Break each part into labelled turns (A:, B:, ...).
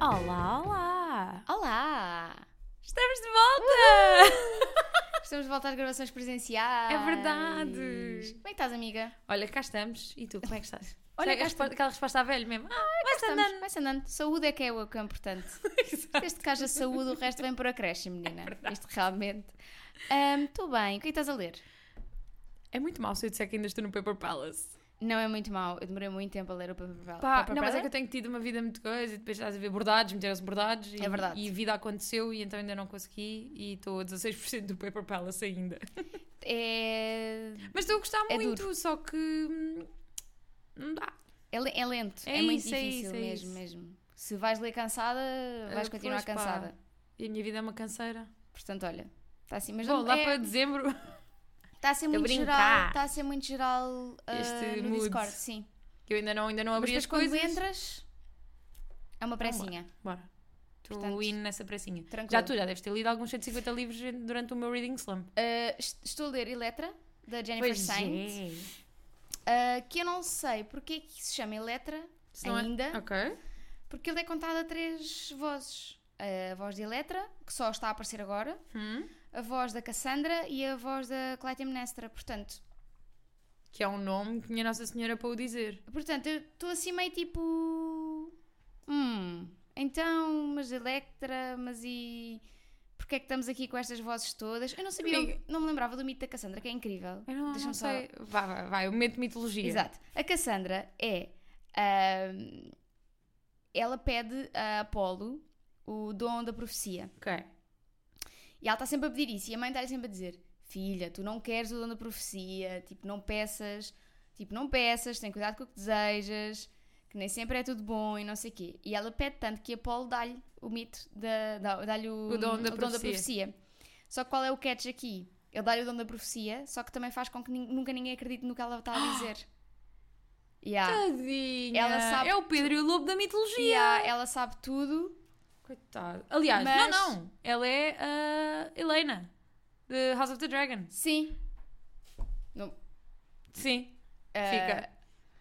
A: Olá, olá!
B: Olá!
A: Estamos de volta!
B: Estamos de volta às gravações presenciais.
A: É verdade.
B: Como é que estás, amiga?
A: Olha, cá estamos. E tu, como é que estás?
B: Olha,
A: Olha,
B: cá
A: resposta, aquela resposta a velho mesmo. Ah, vai-se
B: Estamos-
A: andando.
B: Vai-se andando. Saúde é que é o que é importante. Desde que haja saúde, o resto vem por a creche,
A: É
B: menina. Isto realmente. Estou bem. O que é que estás a ler?
A: É muito mau se eu disser que ainda estou no Paper Palace.
B: Não é muito mau. Eu demorei muito tempo a ler o Paper Bell.
A: Pá, não, mas é que eu tenho tido uma vida muito coisa e depois estás a ver bordados, meteram-se bordados. E,
B: É verdade.
A: E vida aconteceu e então ainda não consegui e estou a 16% do Paper Palace ainda.
B: é...
A: Mas estou a gostar
B: É
A: muito, só que... hum, Não dá.
B: É, le- é lento.
A: É
B: É, muito
A: isso, é
B: difícil
A: isso, é
B: mesmo,
A: isso.
B: mesmo. Se vais ler cansada, vais
A: Ah,
B: continuar
A: pois, pá.
B: cansada.
A: E a minha vida é uma canseira.
B: Portanto, olha. Está assim, mas
A: Bom,
B: não
A: lá
B: é-
A: para dezembro...
B: Está a ser muito
A: brincar.
B: geral, está a ser muito geral ah,
A: Este
B: no
A: mood.
B: Discord, sim.
A: Que eu ainda não, ainda não
B: Mas
A: abri
B: depois
A: as
B: quando
A: coisas.
B: entras, é uma pressinha.
A: Bora. Estou
B: Portanto,
A: indo nessa pressinha.
B: tranquilo.
A: Já tu já deves ter lido alguns 150 livros durante o meu reading slump.
B: Ah, est- estou a ler Eletra, da Jennifer Saint,
A: é.
B: ah, que eu não sei porque é que se chama Eletra
A: Se não é-
B: ainda,
A: Ok.
B: porque ele é contado a três vozes. Ah, A voz de Eletra, que só está a aparecer agora,
A: Hum.
B: a voz da Cassandra e a voz da Clytemnestra. Portanto,
A: Que é um nome que minha Nossa Senhora para o dizer.
B: Portanto, eu estou assim meio tipo. Hum, então, mas Electra, mas e. Porquê é que estamos aqui com estas vozes todas? Eu não sabia,
A: Amiga.
B: não me lembrava do mito da Cassandra, que é incrível.
A: Eu não,
B: Deixa-me
A: não
B: só-
A: sei. Vai, vai, vai. O momento de mitologia.
B: Exato. A Cassandra é. ahm, ela pede a Apolo o dom da profecia.
A: Ok.
B: E ela está sempre a pedir isso. E a mãe está-lhe sempre a dizer: Filha, tu não queres o dom da profecia, tipo, não peças, tipo, não peças, tem cuidado com o que desejas, que nem sempre é tudo bom e não sei o quê. E ela pede tanto que Apolo dá-lhe o mito, da- dá- dá-lhe o,
A: O dom da
B: profecia. Só que qual é o catch aqui? Ele dá-lhe o dom da profecia, só que também faz com que nin- nunca ninguém acredite no que ela está a dizer. Yeah.
A: Tadinha.
B: Ela sabe
A: É o Pedro e o Lobo da mitologia.
B: Yeah, ela sabe tudo.
A: Coitado. Aliás,
B: Mas-
A: não, não. Ela é a Helena. De House of the Dragon.
B: Sim. Não,
A: Sim.
B: ah,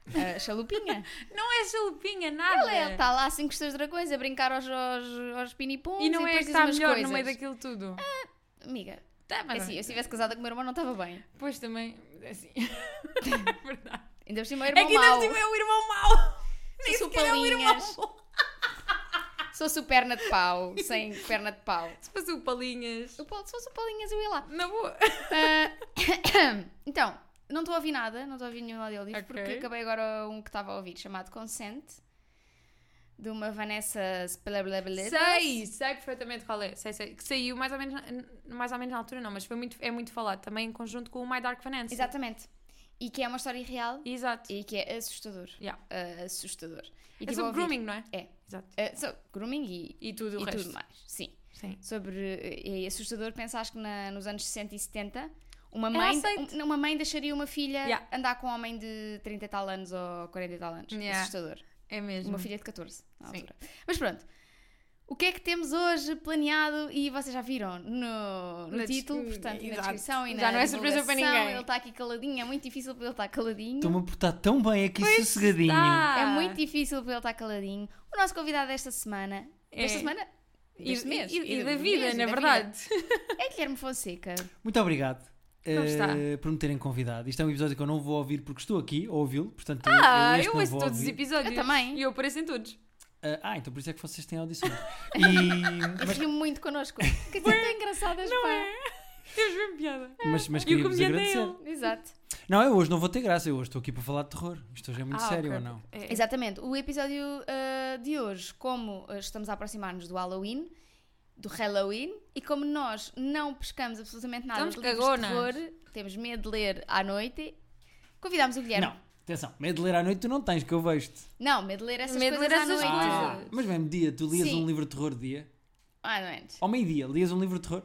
A: Fica.
B: ah, chalupinha.
A: Não é chalupinha, nada.
B: Ela é, está lá assim com os seus dragões a brincar aos, aos, aos pinipons
A: E não é
B: depois
A: que
B: diz
A: está
B: umas
A: melhor
B: coisas.
A: no meio daquilo tudo.
B: Amiga,
A: Tá,
B: é
A: mas
B: assim, eu se estivesse casada com o meu irmão não estava bem.
A: Pois também, é assim. é verdade.
B: Ainda por cima o meu
A: É
B: irmão
A: que ainda
B: mau.
A: assim é o irmão mau. Nem
B: Sou
A: sequer é o irmão
B: palinhas.
A: mau.
B: Sou super perna de pau, sem perna de pau.
A: Se fosse o Palinhas.
B: O Paulo, se fosse o Paulinhas eu ia lá.
A: Na boa.
B: Ah, então, não estou a ouvir nada, não estou a ouvir nenhum audiolivro,
A: Ok.
B: porque acabei agora um que estava a ouvir, chamado Consent, de uma Vanessa Spelebelebele.
A: Sei, sei perfeitamente qual é. Sei, sei. Que saiu mais ou, menos na, mais ou menos na altura, não, mas foi muito, é muito falado. Também em conjunto com o My Dark Finance.
B: Exatamente. E que é uma história real
A: Exato.
B: e que é assustador.
A: Yeah.
B: Ah, assustador. E
A: É
B: tive a
A: sobre
B: ouvir.
A: grooming, não é?
B: É.
A: Exato.
B: Uh, so, grooming e,
A: E tudo o
B: e
A: resto.
B: tudo mais, sim.
A: Sim.
B: Sobre, uh, é assustador pensar que na- nos anos 60 e 70 uma
A: Era
B: mãe,
A: aceito.
B: um- uma mãe deixaria uma filha
A: Yeah.
B: andar com um homem de 30 e tal anos ou 40 e tal anos.
A: Yeah.
B: Assustador.
A: É mesmo.
B: Uma filha de 14, na
A: Sim.
B: altura. Mas pronto. O que é que temos hoje planeado e vocês já viram no, no
A: Na des-
B: título, portanto, na
A: Exato.
B: descrição e na
A: Já não é surpresa para
B: divulgação.
A: ninguém.
B: Ele está aqui caladinho, é muito difícil para ele estar caladinho.
C: Estou-me a portar tão bem aqui, sossegadinho.
A: Tá.
B: É muito difícil para ele estar caladinho. O nosso convidado desta semana.
A: É.
B: Desta semana?
A: E-
B: Deste
A: e-
B: mês.
A: e- e da
B: mês,
A: vida,
B: e
A: na
B: da
A: verdade.
B: vida. É Guilherme Fonseca.
C: Muito obrigado eh,
A: está?
C: por me terem convidado. Isto é um episódio que eu não vou ouvir porque estou aqui a ouvi-lo. Portanto,
A: Ah,
C: este
A: eu
C: não
A: ouço
C: vou
A: todos os
C: ouvir.
A: episódios.
B: Eu também.
A: E eu apareço em todos.
C: Ah, ah, então por isso é que vocês têm audições. E-
B: E
C: mas,
B: riu muito connosco. Que são tão engraçadas,
A: Não
B: pá.
A: é? Temos mesmo piada.
C: mas, mas
A: E o
C: queria-vos
A: comediante é
C: agradecer.
A: ele.
B: Exato.
C: Não, eu hoje não vou ter graça. Eu hoje estou aqui para falar de terror. Isto hoje é muito
A: Ah,
C: sério
A: ok.
C: ou não?
A: É.
B: Exatamente. O episódio ah, de hoje, como ah, estamos a aproximar-nos do Halloween, do Halloween, e como nós não pescamos absolutamente nada
A: Estamos
B: de livros de
A: cagonas.
B: terror, temos medo de ler à noite, convidámos o Guilherme.
C: Não, atenção. Medo de ler à noite tu não tens, que eu vejo-te.
B: Não, medo de ler essas
A: Medo de
B: coisas
A: ler essas
B: à noite.
A: coisas.
B: Ah,
A: Pois. é.
C: mas mesmo dia, tu lias
B: Sim.
C: um livro de terror dia.
B: à noite.
C: Ao meio-dia, lias um livro de terror.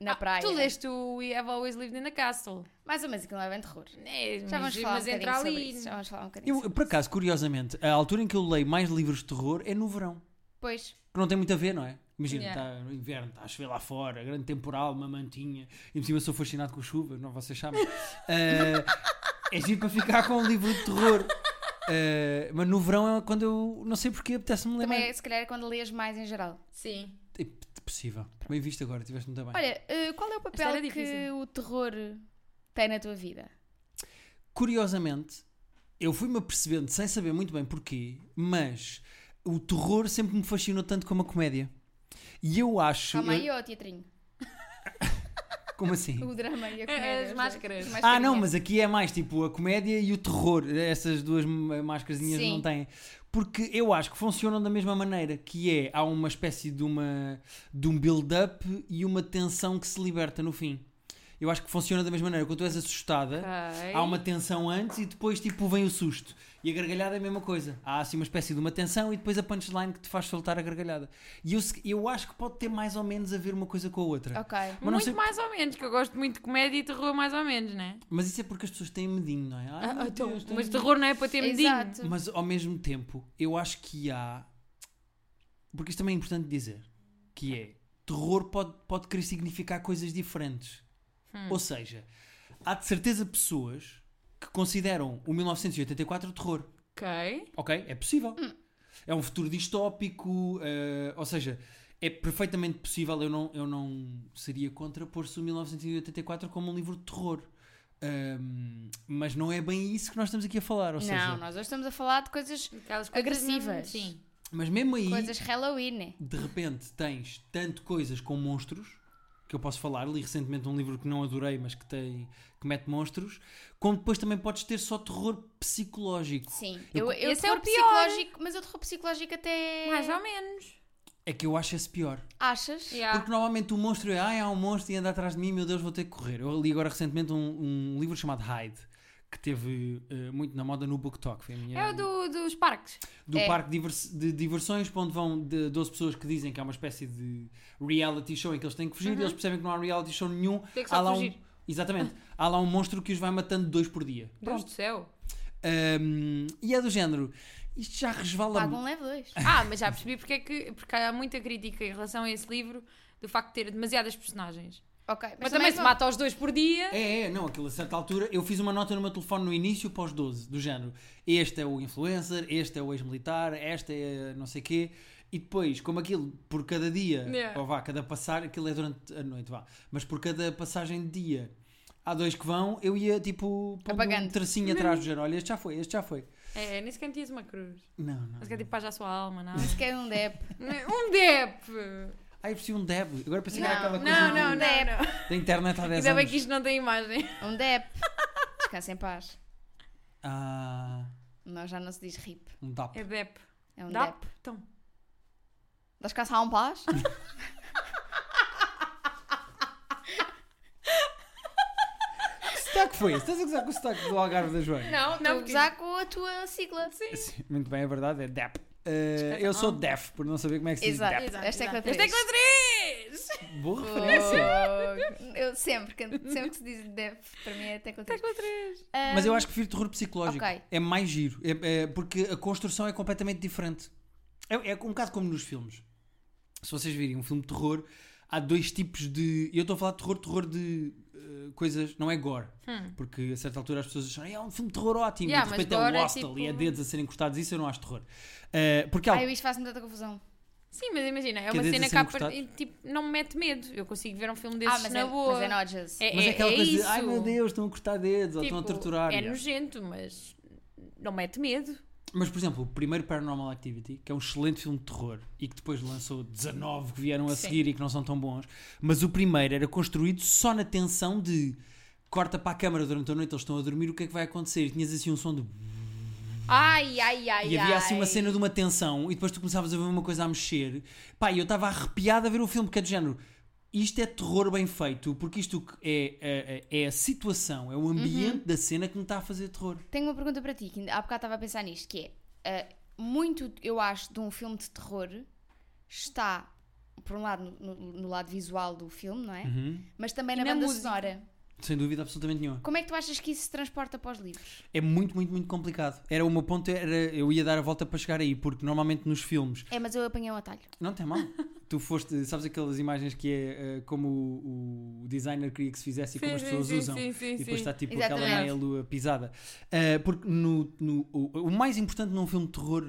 B: Na
A: Ah,
B: praia.
A: Tu leste o We Have Always Lived in the Castle.
B: Mais ou menos aquilo não é bem terror.
A: É,
B: Já vamos
A: mas,
B: falar
A: mas
B: um
A: entra
B: bocadinho sobre
A: ali.
B: isso. Já vamos falar um bocadinho.
C: Eu,
B: sobre-
C: por acaso, curiosamente, a altura em que eu leio mais livros de terror é no verão.
B: Pois,
C: que não tem muito a ver, não é? Imagina, está
A: Yeah.
C: no inverno, está a chover lá fora, grande temporal, uma mantinha, e por cima sou fascinado Eh, com chuva, não vocês sabem. Ah, é giro para ficar com um livro de terror. Eh, mas no verão é quando eu não sei porque apetece-me lembrar.
B: Também, é, se calhar, é quando lês mais em geral.
A: Sim.
C: É possível. Bem visto agora, tiveste muito bem.
B: Olha, eh, qual é o
A: era
B: papel que
A: difícil.
B: o terror tem na tua vida?
C: Curiosamente, eu fui-me apercebendo, sem saber muito bem porquê, mas o terror sempre me fascinou tanto como a comédia. E eu acho.
B: Calma aí,
C: eu-
B: ó, teatrinho.
C: Como assim?
B: O drama e a comédia.
A: É, as
B: os dois.
A: máscaras.
B: As
C: Ah, não,
B: mascarinhas.
C: mas aqui é mais tipo a comédia e o terror. Essas duas m- máscarazinhas
B: Sim.
C: não têm. Porque eu acho que funcionam da mesma maneira, que é há uma espécie de uma de um build-up e uma tensão que se liberta no fim. Eu acho que funciona da mesma maneira. Quando tu és assustada,
A: Ok.
C: há uma tensão antes e depois tipo vem o susto. E a gargalhada é a mesma coisa. Há assim uma espécie de uma tensão e depois a punchline que te faz soltar a gargalhada. E eu, se- eu acho que pode ter mais ou menos a ver uma coisa com a outra.
B: Ok.
C: Mas não
A: muito
C: sei-
A: mais ou menos, que eu gosto muito de comédia e terror mais ou menos, né?
C: Mas isso é porque as pessoas têm medinho, não é? Ai, meu
A: Ah, então,
C: Deus, tenho
A: mas
C: medinho.
A: terror não é para ter medinho.
B: Exato.
C: Mas ao mesmo tempo, eu acho que há. Porque isto também é importante dizer. Que é. Terror pode, pode querer significar coisas diferentes.
B: Hum.
C: Ou seja, há de certeza pessoas que consideram o 1984 terror.
A: Ok.
C: Ok? É possível.
B: Hum.
C: É um futuro distópico. eh, ou seja, é perfeitamente possível. Eu não, eu não seria contra pôr-se o 1984 como um livro de terror. Ahm, mas não é bem isso que nós estamos aqui a falar. Ou seja,
B: Não, nós hoje estamos a falar de coisas,
A: Aquelas coisas
B: Agressivas.
A: não- Sim.
C: Mas mesmo aí,
B: coisas Halloween, né?
C: de repente, tens tanto coisas com monstros, que eu posso falar, li recentemente um livro que não adorei, mas que tem que mete monstros, como depois também podes ter só terror psicológico.
B: Sim.
C: Eu-
B: Eu, eu
A: Esse é o
B: terror
A: pior.
B: psicológico, mas o terror psicológico até.
A: Mais ou menos.
C: É que eu acho esse pior.
B: Achas?
A: Yeah.
C: Porque normalmente o monstro é, ai, há um monstro e anda atrás de mim, meu Deus, vou ter que correr. Eu li agora recentemente um, um livro chamado Hyde, que teve eh, muito na moda no BookTok. Foi a minha...
A: É o do, dos parques.
C: do
B: É.
C: parque divers- de diversões, para onde vão de 12 pessoas que dizem que há uma espécie de reality show em que eles têm que fugir, e eles percebem que não há reality show nenhum.
A: Uhum. Tem que só
C: há lá
A: fugir.
C: Um, exatamente. há lá um monstro que os vai matando dois por dia.
A: Deus do céu.
C: Ahm, e é do género. Isto já resvala.
B: Paga um level 2.
A: Ah, mas já percebi porque é que. Porque há muita crítica em relação a esse livro do facto de ter demasiadas personagens.
B: Ok. é
A: Mas, também, se
B: bom.
A: mata aos dois por dia.
C: É, é, não, aquilo a certa altura. Eu fiz uma nota no meu telefone no início pós 12, do género. Este é o influencer, este é o ex-militar, esta é não sei quê. E depois, como aquilo, por cada dia,
A: Yeah.
C: ou vá, cada passar, aquilo é durante a noite, vá. Mas por cada passagem de dia, há dois que vão, eu ia tipo. pondo Um
B: Apagando.
C: tracinho atrás do género. Olha, este já foi, este já foi.
A: É, nem sequer tinhas uma cruz.
C: Não, não.
A: Não sequer tipo paz à sua alma, nada.
B: Se quer um dep.
A: um dep!
C: Ah, eu preciso um deb. Agora pensei que
B: Não,
C: era aquela coisa
A: Não,
C: do-
A: não, não,
B: Dep.
A: não.
C: da internet há 10
A: Ainda
C: anos.
A: bem que isto não tem imagem.
B: Um dep. Descansa em paz.
C: Ah,
B: Nós já não se diz rip.
C: um DAP.
A: É dep.
B: É um dep.
A: Dap? Então.
B: Dás caça a um paz?
C: Que sotaque foi esse? Estás a gozar com o sotaque do Algarve da Joana?
B: Não,
A: não,
B: não. Já com a tua sigla. Sim.
C: Sim, muito bem, é verdade, é DEP. Eh, eu sou DEF, por não saber como é que se diz
B: Exato. é
C: DEP.
A: Exato, Oh.
B: Esta é
A: exato.
B: com a três.
A: Esta é com a 3!
C: Boa referência.
B: Fogo. Eu sempre, que- sempre que se diz dep, para mim é até com a três.
A: Esta é com a 3!
C: Mas eu acho que prefiro terror psicológico.
B: Ok.
C: É mais giro, é- é porque a construção é completamente diferente. É, é um bocado como nos filmes. Se vocês virem um filme de terror, há dois tipos de. Eu estou a falar de terror, terror de eh, coisas. Não é gore. Porque a certa altura as pessoas acham, "Ai, é um filme de terror ótimo.
A: Hum. Yeah,
C: e de
A: mas
C: repente é
A: gore
C: um
A: é
C: hostel
A: tipo-
C: e é dedos a serem cortados. Isso eu não acho terror. Eh, porque há
B: Ai, eu isto faz-me tanta confusão.
A: Sim, mas imagina, é
C: Quer
A: uma
C: dizer,
A: cena
C: assim,
A: que há
C: gostado?
A: par- tipo, não me mete medo. Eu consigo ver um filme desses
B: Ah, mas,
A: na
B: é,
A: boa.
B: mas é nojas.
A: É,
C: Mas é,
A: é,
C: aquela
A: é
C: coisa de,
A: isso.
C: ai meu Deus, estão a cortar dedos ou estão a
A: Tipo,
C: torturar.
A: É
C: Yeah.
A: nojento, mas não mete medo.
C: Mas, por exemplo, o primeiro Paranormal Activity, que é um excelente filme de terror e que depois lançou 19 que vieram a
A: Sim.
C: seguir e que não são tão bons, mas o primeiro era construído só na tensão de corta para a câmara durante a noite, eles estão a dormir, o que é que vai acontecer? E tinhas assim um som de.
A: Ai, ai, ai,
C: E
A: ai.
C: havia assim uma cena de uma tensão e depois tu começavas a ver uma coisa a mexer. Pá, e eu estava arrepiado a ver o filme, porque é do género. Isto é terror bem feito, porque isto é, é, é a situação, é o
A: Uhum.
C: ambiente da cena que me está a fazer terror.
B: Tenho uma pergunta para ti, que ainda- há bocado estava a pensar nisto, que é ah, muito, eu acho, de um filme de terror está, por um lado, no, no- no lado visual do filme, não é?
C: Uhum.
B: Mas também
A: E
B: na,
A: na
B: banda
A: música.
B: sonora.
C: Sem dúvida absolutamente nenhuma.
B: Como é que tu achas que isso se transporta para os livros?
C: É muito, muito, muito complicado. Era o meu ponto, era, eu ia dar a volta para chegar aí, porque normalmente nos filmes.
B: É, mas eu apanhei um atalho.
C: Não tem mal. tu foste, sabes aquelas imagens que é eh, como o, o designer queria que se fizesse e como as pessoas usam.
A: Sim, sim,
C: E depois está tipo aquela
B: Exatamente.
C: meia-lua pisada. Ah, porque no, no- o, o mais importante num filme de terror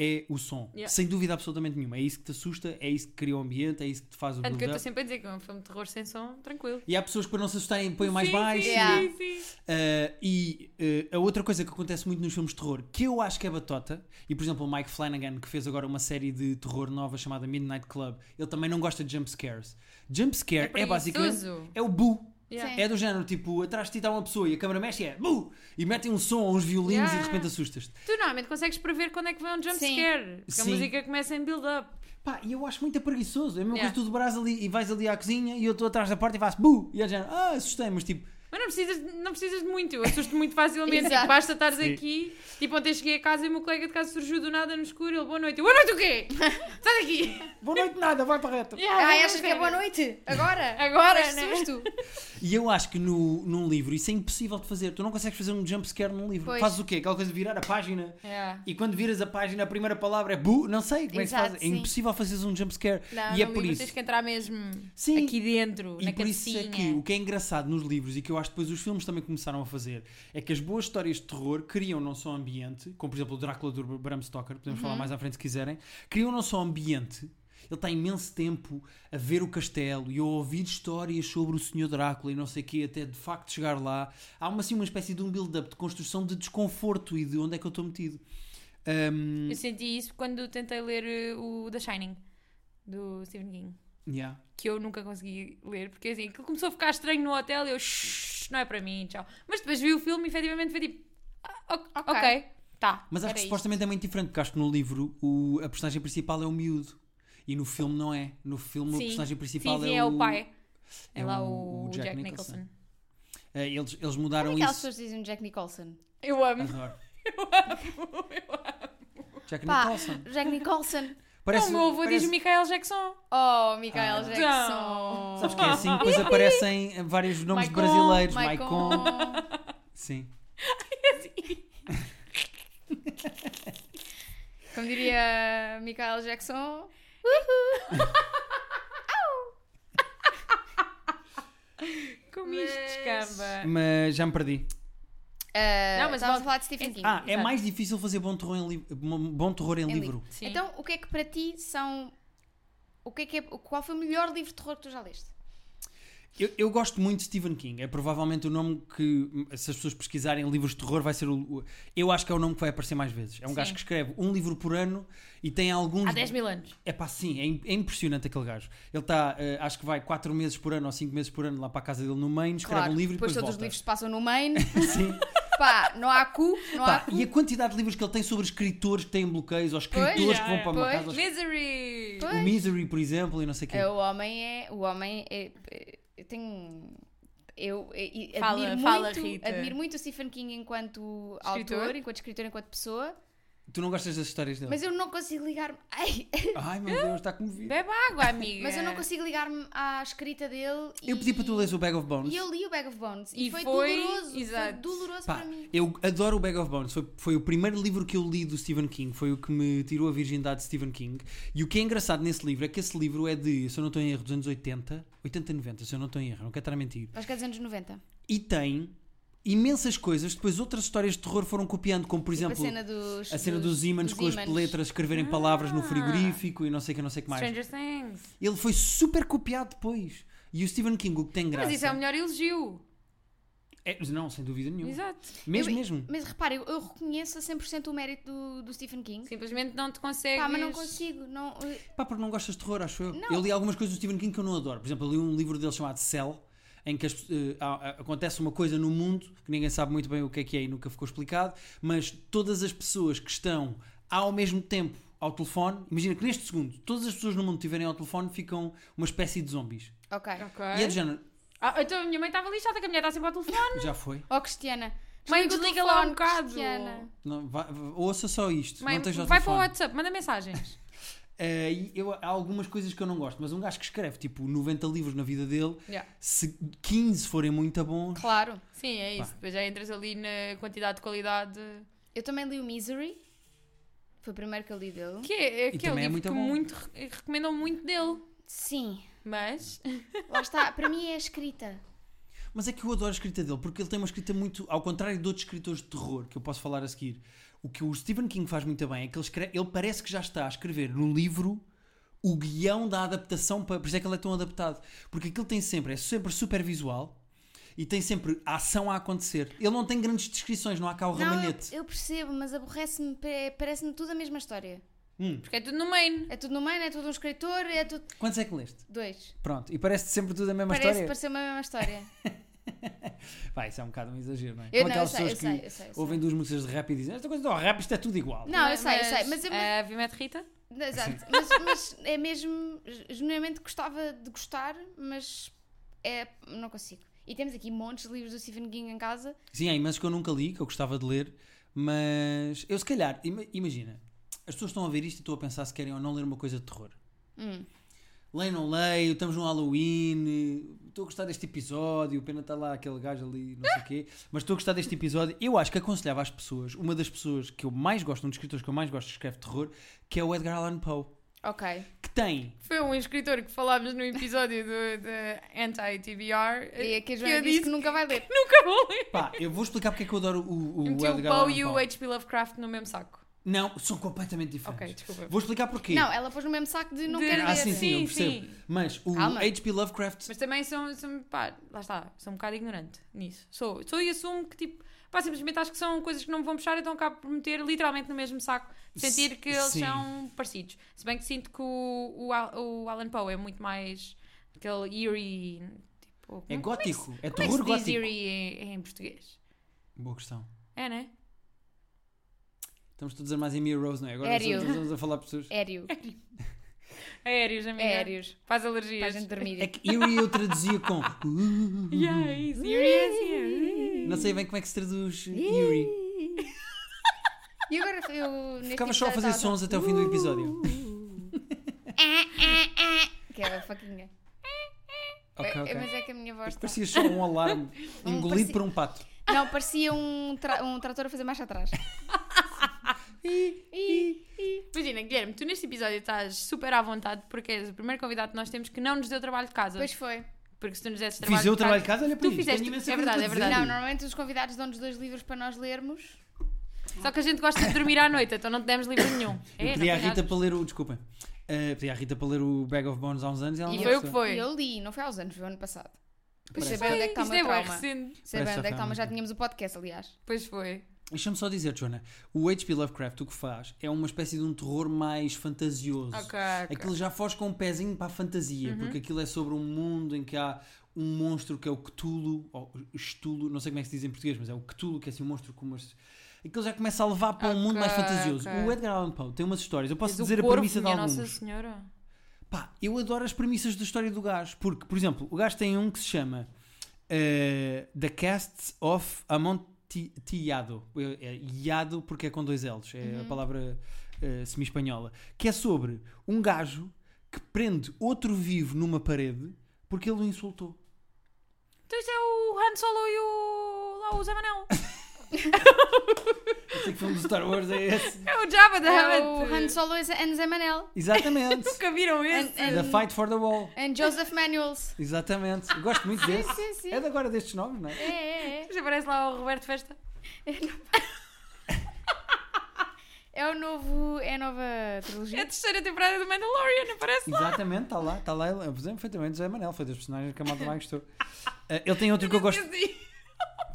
C: é o som.
A: Yeah.
C: Sem dúvida absolutamente nenhuma. É isso que te assusta, é isso que cria o ambiente, é isso que te faz o
A: Tanto que eu estou
C: build-up.
A: sempre a dizer que é um filme de terror sem som, tranquilo.
C: E há pessoas que para não se assustarem põem mais
A: Sim,
C: baixo.
A: Sim,
B: Yeah.
A: sim, sim.
C: Uh, e uh, a outra coisa que acontece muito nos filmes de terror, que eu acho que é batota, e por exemplo o Mike Flanagan, que fez agora uma série de terror nova chamada Midnight Club, ele também não gosta de jump scares. Jump scare é, basicamente
A: preguiçoso.
C: é o bu.
A: Yeah.
B: Sim.
C: É do género, tipo, atrás de ti está uma pessoa e a câmera mexe e é bu! E metem um som ou uns violinos
A: Yeah.
C: e de repente assustas-te.
A: Tu normalmente consegues prever quando é que vem um jump
B: Sim.
A: scare. Porque a
C: Sim.
A: música começa em build-up.
C: Pá, e eu acho muito é preguiçoso. É a mesma
A: Yeah.
C: coisa que tu dobrás ali e vais ali à cozinha e eu estou atrás da porta e faço bu! E é do género, ah, assustei, mas tipo,
A: Mas não precisas, não precisas de muito, eu assusto muito facilmente.
B: Exato.
A: tipo, basta estares
C: Sim.
A: aqui. Tipo, ontem cheguei a casa e o meu colega de casa surgiu do nada no escuro. Ele, boa noite. Eu, boa noite o quê? Sai daqui!
C: boa noite nada, vai para a reta.
A: Yeah,
B: Ai,
A: vamos
B: achas que é
A: ver.
B: boa noite? Agora? é?
A: Agora,
B: Mas
A: né?
B: susto.
C: E eu acho que no, num livro isso é impossível de fazer. Tu não consegues fazer um jump scare num livro.
B: Pois.
C: Fazes o quê? Aquela coisa de virar a página.
A: Yeah.
C: E quando viras a página, a primeira palavra é bu, não sei como é que
B: Exato,
C: se faz. É
B: sim.
C: impossível fazeres um jump scare.
A: Não,
C: e é
A: no
C: por
A: livro
C: isso.
A: tens que entrar mesmo
C: Sim.
A: aqui dentro,
C: E
A: tipo, na
C: por isso
A: cabecinha.
C: é que o que é engraçado nos livros e que eu acho que depois os filmes também começaram a fazer é que as boas histórias de terror criam não só ambiente, como por exemplo o Drácula do Bram Stoker, podemos
A: Uhum.
C: falar mais à frente se quiserem, criam não só ambiente, ele está imenso tempo a ver o castelo e a ouvir histórias sobre o Senhor Drácula e não sei o quê, até de facto chegar lá. Há uma, assim, uma espécie de um build-up de construção de desconforto e de onde é que eu estou metido. Ahm,
A: Eu senti isso quando tentei ler uh, o The Shining, do Stephen King.
C: yeah.
A: que eu nunca consegui ler, porque assim, aquilo começou a ficar estranho no hotel e eu, "Shhh, não é para mim, tchau. Mas depois vi o filme e efetivamente foi tipo, "Ah, ok,
B: Ok.
A: ok, tá.
C: Mas acho
A: era
C: que
A: isto."
C: supostamente é muito diferente, porque acho que no livro o- a personagem principal é o miúdo. E no filme não é. No filme a
A: Sim.
C: personagem principal
A: Sim, sim, é, o pai. É,
C: é
A: lá
C: o-
A: o,
C: o
A: Jack, Nicholson.
C: Eh, eles, eles
B: Como é
C: mudaram
B: que aquelas
C: isso.
B: pessoas dizem Jack Nicholson?
A: Eu amo.
C: Adoro.
A: Eu amo, eu amo.
C: Jack
B: Pá.
C: Nicholson.
B: Jack Nicholson.
A: Não, É o meu avô
C: parece-
A: diz Michael Jackson.
B: Oh, Michael
C: Ah.
B: Jackson.
C: Sabes que é assim? Depois aparecem vários nomes
B: Maicon,
C: brasileiros.
B: Maicon.
C: Maicon. Sim.
B: Como diria Michael Jackson.
A: Como isto
B: Mas-
A: descamba.
C: Mas já me perdi.
B: Uh,
A: Não, mas
B: estávamos
A: volta-
B: a falar de Stephen King.
C: Ah, é
A: Exato.
C: mais difícil fazer bom terror em, li- bom terror em
B: Em
C: livro.
B: livro.
A: Sim.
B: Então, o que é que para ti são. O que é que é... Qual foi o melhor livro de terror que tu já leste?
C: Eu, eu gosto muito de Stephen King. É provavelmente o nome que, se as pessoas pesquisarem livros de terror, vai ser o. o- Eu acho que é o nome que vai aparecer mais vezes. É um
A: Sim.
C: gajo que escreve um livro por ano e tem alguns.
A: Há 10 mil anos.
C: É pá, sim, é, im- é impressionante aquele gajo. Ele está, eh, acho que vai 4 meses por ano ou 5 meses por ano lá para a casa dele no Maine, escreve um livro e depois,
B: depois todos os
C: volta.
B: livros se passam no Maine.
C: Sim.
B: Pá, não há cu, não há
C: Pá,
B: cu.
C: e a quantidade de livros que ele tem sobre escritores que têm bloqueios, ou escritores
A: Pois,
C: que vão para uma
B: é, pois,
C: casa.
A: Misery!
B: Pois.
C: O Misery, por exemplo, e não sei o quê.
B: É, O homem é. O homem é. é- Eu tenho. Eu, e- e
A: Fala-
B: admiro,
A: fala,
B: muito,
A: Rita.
B: admiro muito o Stephen King enquanto
A: Escritor.
B: autor, enquanto escritor, enquanto pessoa,
C: Tu não gostas das histórias dele?
B: mas eu não consigo ligar-me. Ai,
C: Ai meu Deus, está comovido.
A: Bebe água, amiga.
B: mas eu não consigo ligar-me à escrita dele. e-
C: Eu pedi para tu leres o Bag of Bones.
B: E eu li o Bag of Bones. E,
A: E
B: foi,
A: foi-
B: doloroso. Foi
A: exato.
B: doloroso
C: Pá,
B: para mim.
C: eu adoro o Bag of Bones. Foi, foi o primeiro livro que eu li do Stephen King. Foi o que me tirou a virgindade de Stephen King. E o que é engraçado nesse livro é que esse livro é de, se eu não estou em erro, dos anos 80, 80, 90, se eu não estou em erro, não quero estar a mentir.
B: Acho que é dos anos 90.
C: E tem imensas coisas. Depois outras histórias de terror foram copiando, como por
B: Tipo
C: exemplo.
B: a cena dos.
C: A cena dos ímãs com as
B: ímãs.
C: letras escreverem palavras no
A: Ah.
C: frigorífico e não sei o que, não sei o que mais.
A: Stranger Things.
C: Ele foi super copiado depois. E o Stephen King, o que tem graça.
A: Mas isso é o melhor elogio.
C: É- não, sem dúvida nenhuma.
A: Exato.
C: Mesmo,
B: Eu-
C: mesmo.
B: Mas repara, eu, eu reconheço a 100% o mérito do, do Stephen King.
A: Simplesmente não te consegues.
B: Pá, mas não consigo. Não, eh,
C: Pá, porque não gostas de terror, acho eu.
B: Não.
C: Eu li algumas coisas do Stephen King que eu não adoro. Por exemplo, eu li um livro dele chamado Cell, em que as pe- eh, há- há- acontece uma coisa no mundo que ninguém sabe muito bem o que é que é e nunca ficou explicado, mas todas as pessoas que estão ao mesmo tempo ao telefone, imagina que neste segundo todas as pessoas no mundo que estiverem ao telefone ficam uma espécie de zombies.
B: ok.
A: Ok.
C: E é do género,
A: Ah, então a minha mãe estava lixada, que a mulher está sempre ao telefone.
C: já foi.
B: Oh, Cristiana.
A: Mãe,
B: o
A: desliga lá um
B: telefone,
A: bocado.
B: Cristiana.
C: Não, vai- ouça só isto,
A: Mãe,
C: não esteja ao
A: vai para o
C: telefone.
A: WhatsApp, manda mensagens.
C: Eh, e eu, há algumas coisas que eu não gosto, mas um gajo que escreve tipo 90 livros na vida dele,
A: Yeah.
C: se 15 forem muito bons,
B: Claro.
A: Sim, é isso.
C: Pá.
A: Depois já entras ali na quantidade de qualidade.
B: Eu também li o Misery. Foi o primeiro que eu li dele.
A: Que é, é que é o
C: também é
A: livro
C: muito
A: que
C: bom.
A: muito re- recomendam muito dele.
B: Sim,
A: Mas
B: lá está. Para mim é a escrita.
C: Mas é que eu adoro a escrita dele, porque ele tem uma escrita muito. Ao contrário de outros escritores de terror, que eu posso falar a seguir, o que o Stephen King faz muito bem é que ele, escreve- ele parece que já está a escrever no livro o guião da adaptação, para, por isso é que ele é tão adaptado. Porque aquilo tem sempre, é sempre super visual e tem sempre a ação a acontecer. Ele não tem grandes descrições, não há cá o
B: Não, eu,
C: ramalhete.
B: eu percebo, mas aborrece-me. pa- Parece-me tudo a mesma história.
A: porque é tudo no main.
B: É tudo no meio, é tudo um escritor, é tudo.
C: Quantos é que leste?
B: Dois.
C: Pronto, e parece sempre tudo a mesma
B: Parece
C: história.
B: parecer uma mesma história.
C: Vai, isso é um bocado um exagero, não é?
B: Eu
C: Como
B: não,
C: aquelas
B: eu sei,
C: pessoas
B: eu
C: que
B: sei, eu sei, eu sei.
C: ouvem duas músicas de rap e dizem esta coisa do rap, isto é tudo igual.
B: Não, eu sei, eu sei. Mas eu-
A: a Vimet Rita?
B: Não, Exato, mas, mas é mesmo. Genuinamente gostava de gostar, mas é, não consigo. E temos aqui montes de livros do Stephen King em casa.
C: Sim, há imensos que eu nunca li, que eu gostava de ler, mas eu se calhar, ima- imagina, as pessoas estão a ver isto e estão a pensar se querem ou não ler uma coisa de terror.
A: Hum.
C: Leio, não leio, estamos no Halloween, estou a gostar deste episódio, pena está lá aquele gajo ali, não sei o quê, mas estou a gostar deste episódio. Eu acho que aconselhava às pessoas, uma das pessoas que eu mais gosto, um dos escritores que eu mais gosto que escreve terror, que é o Edgar Allan Poe,
B: Ok.
C: que tem
A: Foi um escritor que falámos no episódio do, de Anti-TBR.
B: E é que a
A: eu
B: Joana disse que nunca vai ler.
A: nunca vou ler.
C: Pá, eu vou explicar porque é que eu adoro o, o
A: Meti
C: Edgar
A: o
C: Allan
A: um Poe
C: Poe.
A: e o H.P. Lovecraft no mesmo saco.
C: Não, são completamente diferentes.
A: Ok, desculpa.
C: Vou explicar porquê.
B: Não, ela pôs no mesmo saco de não
A: De-
B: quero
C: Ah,
B: ler.
C: sim, sim, eu
A: assim, Sim,
C: percebo.
A: sim.
C: Mas o
B: Calma.
C: H.P. Lovecraft. é
A: Mas também são, são pá, lá está, sou um bocado ignorante nisso. Sou, sou e assumo que tipo, pá, simplesmente acho que são coisas que não me vão puxar, então acabo por meter literalmente no mesmo saco, sentir que eles
C: Sim.
A: são parecidos. Se bem que sinto que o, o, Al- o Alan Poe é muito mais aquele eerie, tipo,
C: É
A: como-
C: gótico.
A: como é
C: É,
A: que
C: terror
A: se diz
C: gótico.
A: eerie em, em português?
C: Boa questão.
A: É, né?
C: Estamos todos armados em Mia Rose, não é? Agora nós
B: Aéreo.
C: estamos estamos a falar de pessoas.
B: Aéreo.
A: Aéreos, É amiga.
B: Aéreos.
A: Faz
B: Para a
A: alergias.
B: gente
C: É
B: dormir.
C: que Eerie eu traduzia com. uh,
A: Yeah, é it's eerie,
C: Não sei bem como é que se traduz Eerie.
B: E agora eu. neste tipo
C: Ficava só a
B: episódio
C: fazer
B: estava-
C: sons até o fim
A: Uh.
C: do episódio.
B: Que é a faquinha.
C: Ok,
B: É-
C: ok.
B: Mas é que a minha voz. Tá...
C: Parecia só um alarme
B: Hum,
C: engolido
B: parecia-
C: por um pato.
B: Não, parecia um, tra... um trator a fazer marcha atrás.
A: Imagina, Guilherme, tu neste episódio estás super à vontade porque és o primeiro convidado que nós temos que não nos deu trabalho de casa.
B: Depois foi.
A: Porque se tu nos desses trabalho
C: Fiz eu o
A: de casa,
C: trabalho de casa, olha para
A: Tu
C: isto.
A: fizeste-
C: tenho imensa
A: é
C: coisa
A: verdade,
C: a
A: é
C: dizer.
A: verdade.
B: Não, normalmente os convidados dão-nos dois livros para nós lermos.
A: Só que a gente gosta de dormir à noite, então não te demos livro nenhum. É,
C: Eu
A: não
C: pedi à
A: tem nada.
C: Rita para ler o. Desculpem. Eh, pedi à Rita para ler o Bag of Bones há uns anos e ela
A: E
C: não
A: foi o que
C: gostou.
A: foi.
B: E eu li, não foi há uns anos, foi o ano passado. Pois
C: Parece-
B: sei bem onde é que está o
A: Isto
B: meu
A: é bué
B: trauma.
A: recente.
B: Sei bem
C: Parece
B: onde é que está, mas já
C: realmente.
B: tínhamos o podcast, aliás.
A: Pois foi.
C: Deixa-me só dizer, Joana, o H.P. Lovecraft o que faz é uma espécie de um terror mais fantasioso.
A: Ok, ok.
C: Aquilo já foge com um pezinho para a fantasia,
A: Uhum.
C: porque aquilo é sobre um mundo em que há um monstro que é o Cthulhu, ou Estulo, não sei como é que se diz em português, mas é o Cthulhu, que é assim um monstro com umas... Aquilo já começa a levar para um
A: Ok,
C: mundo mais fantasioso.
A: ok.
C: O Edgar Allan Poe tem umas histórias, eu posso
A: Mas o
C: dizer a
A: corvo,
C: premissa de
A: minha
C: alguns.
A: Nossa Senhora.
C: Pá, eu adoro as premissas da história do gajo, porque, por exemplo, o gajo tem um que se chama eh, The Casts of Amontillado. Eh, É Iado porque é com dois L's, é
B: Uhum.
C: a palavra eh, semi-espanhola. Que é sobre um gajo que prende outro vivo numa parede porque ele o insultou.
A: Então isto é o Han Solo e o. lá o Zé Manel.
C: Eu sei que filme do Star Wars é esse.
A: É o Jabba da
B: É
A: Hutt.
B: o Han Solo e Anze Manel.
C: Exatamente.
A: Nunca viram esse?
B: And- and-
C: The Fight for the Wall.
B: And Joseph Manuels.
C: Exatamente. Eu gosto muito desse.
B: sim, sim.
C: É de agora destes nomes, não é?
B: É, é, é.
A: Já aparece lá o Roberto Festa.
B: É o novo. É a nova
A: É a
B: trilogia.
A: terceira temporada do Mandalorian, aparece lá.
C: Exatamente, está lá, está lá. Eu lembro perfeitamente Zé Manel, foi das personagens que a malta mais gostou. Ah, ele tem outro que eu gosto.
A: assim.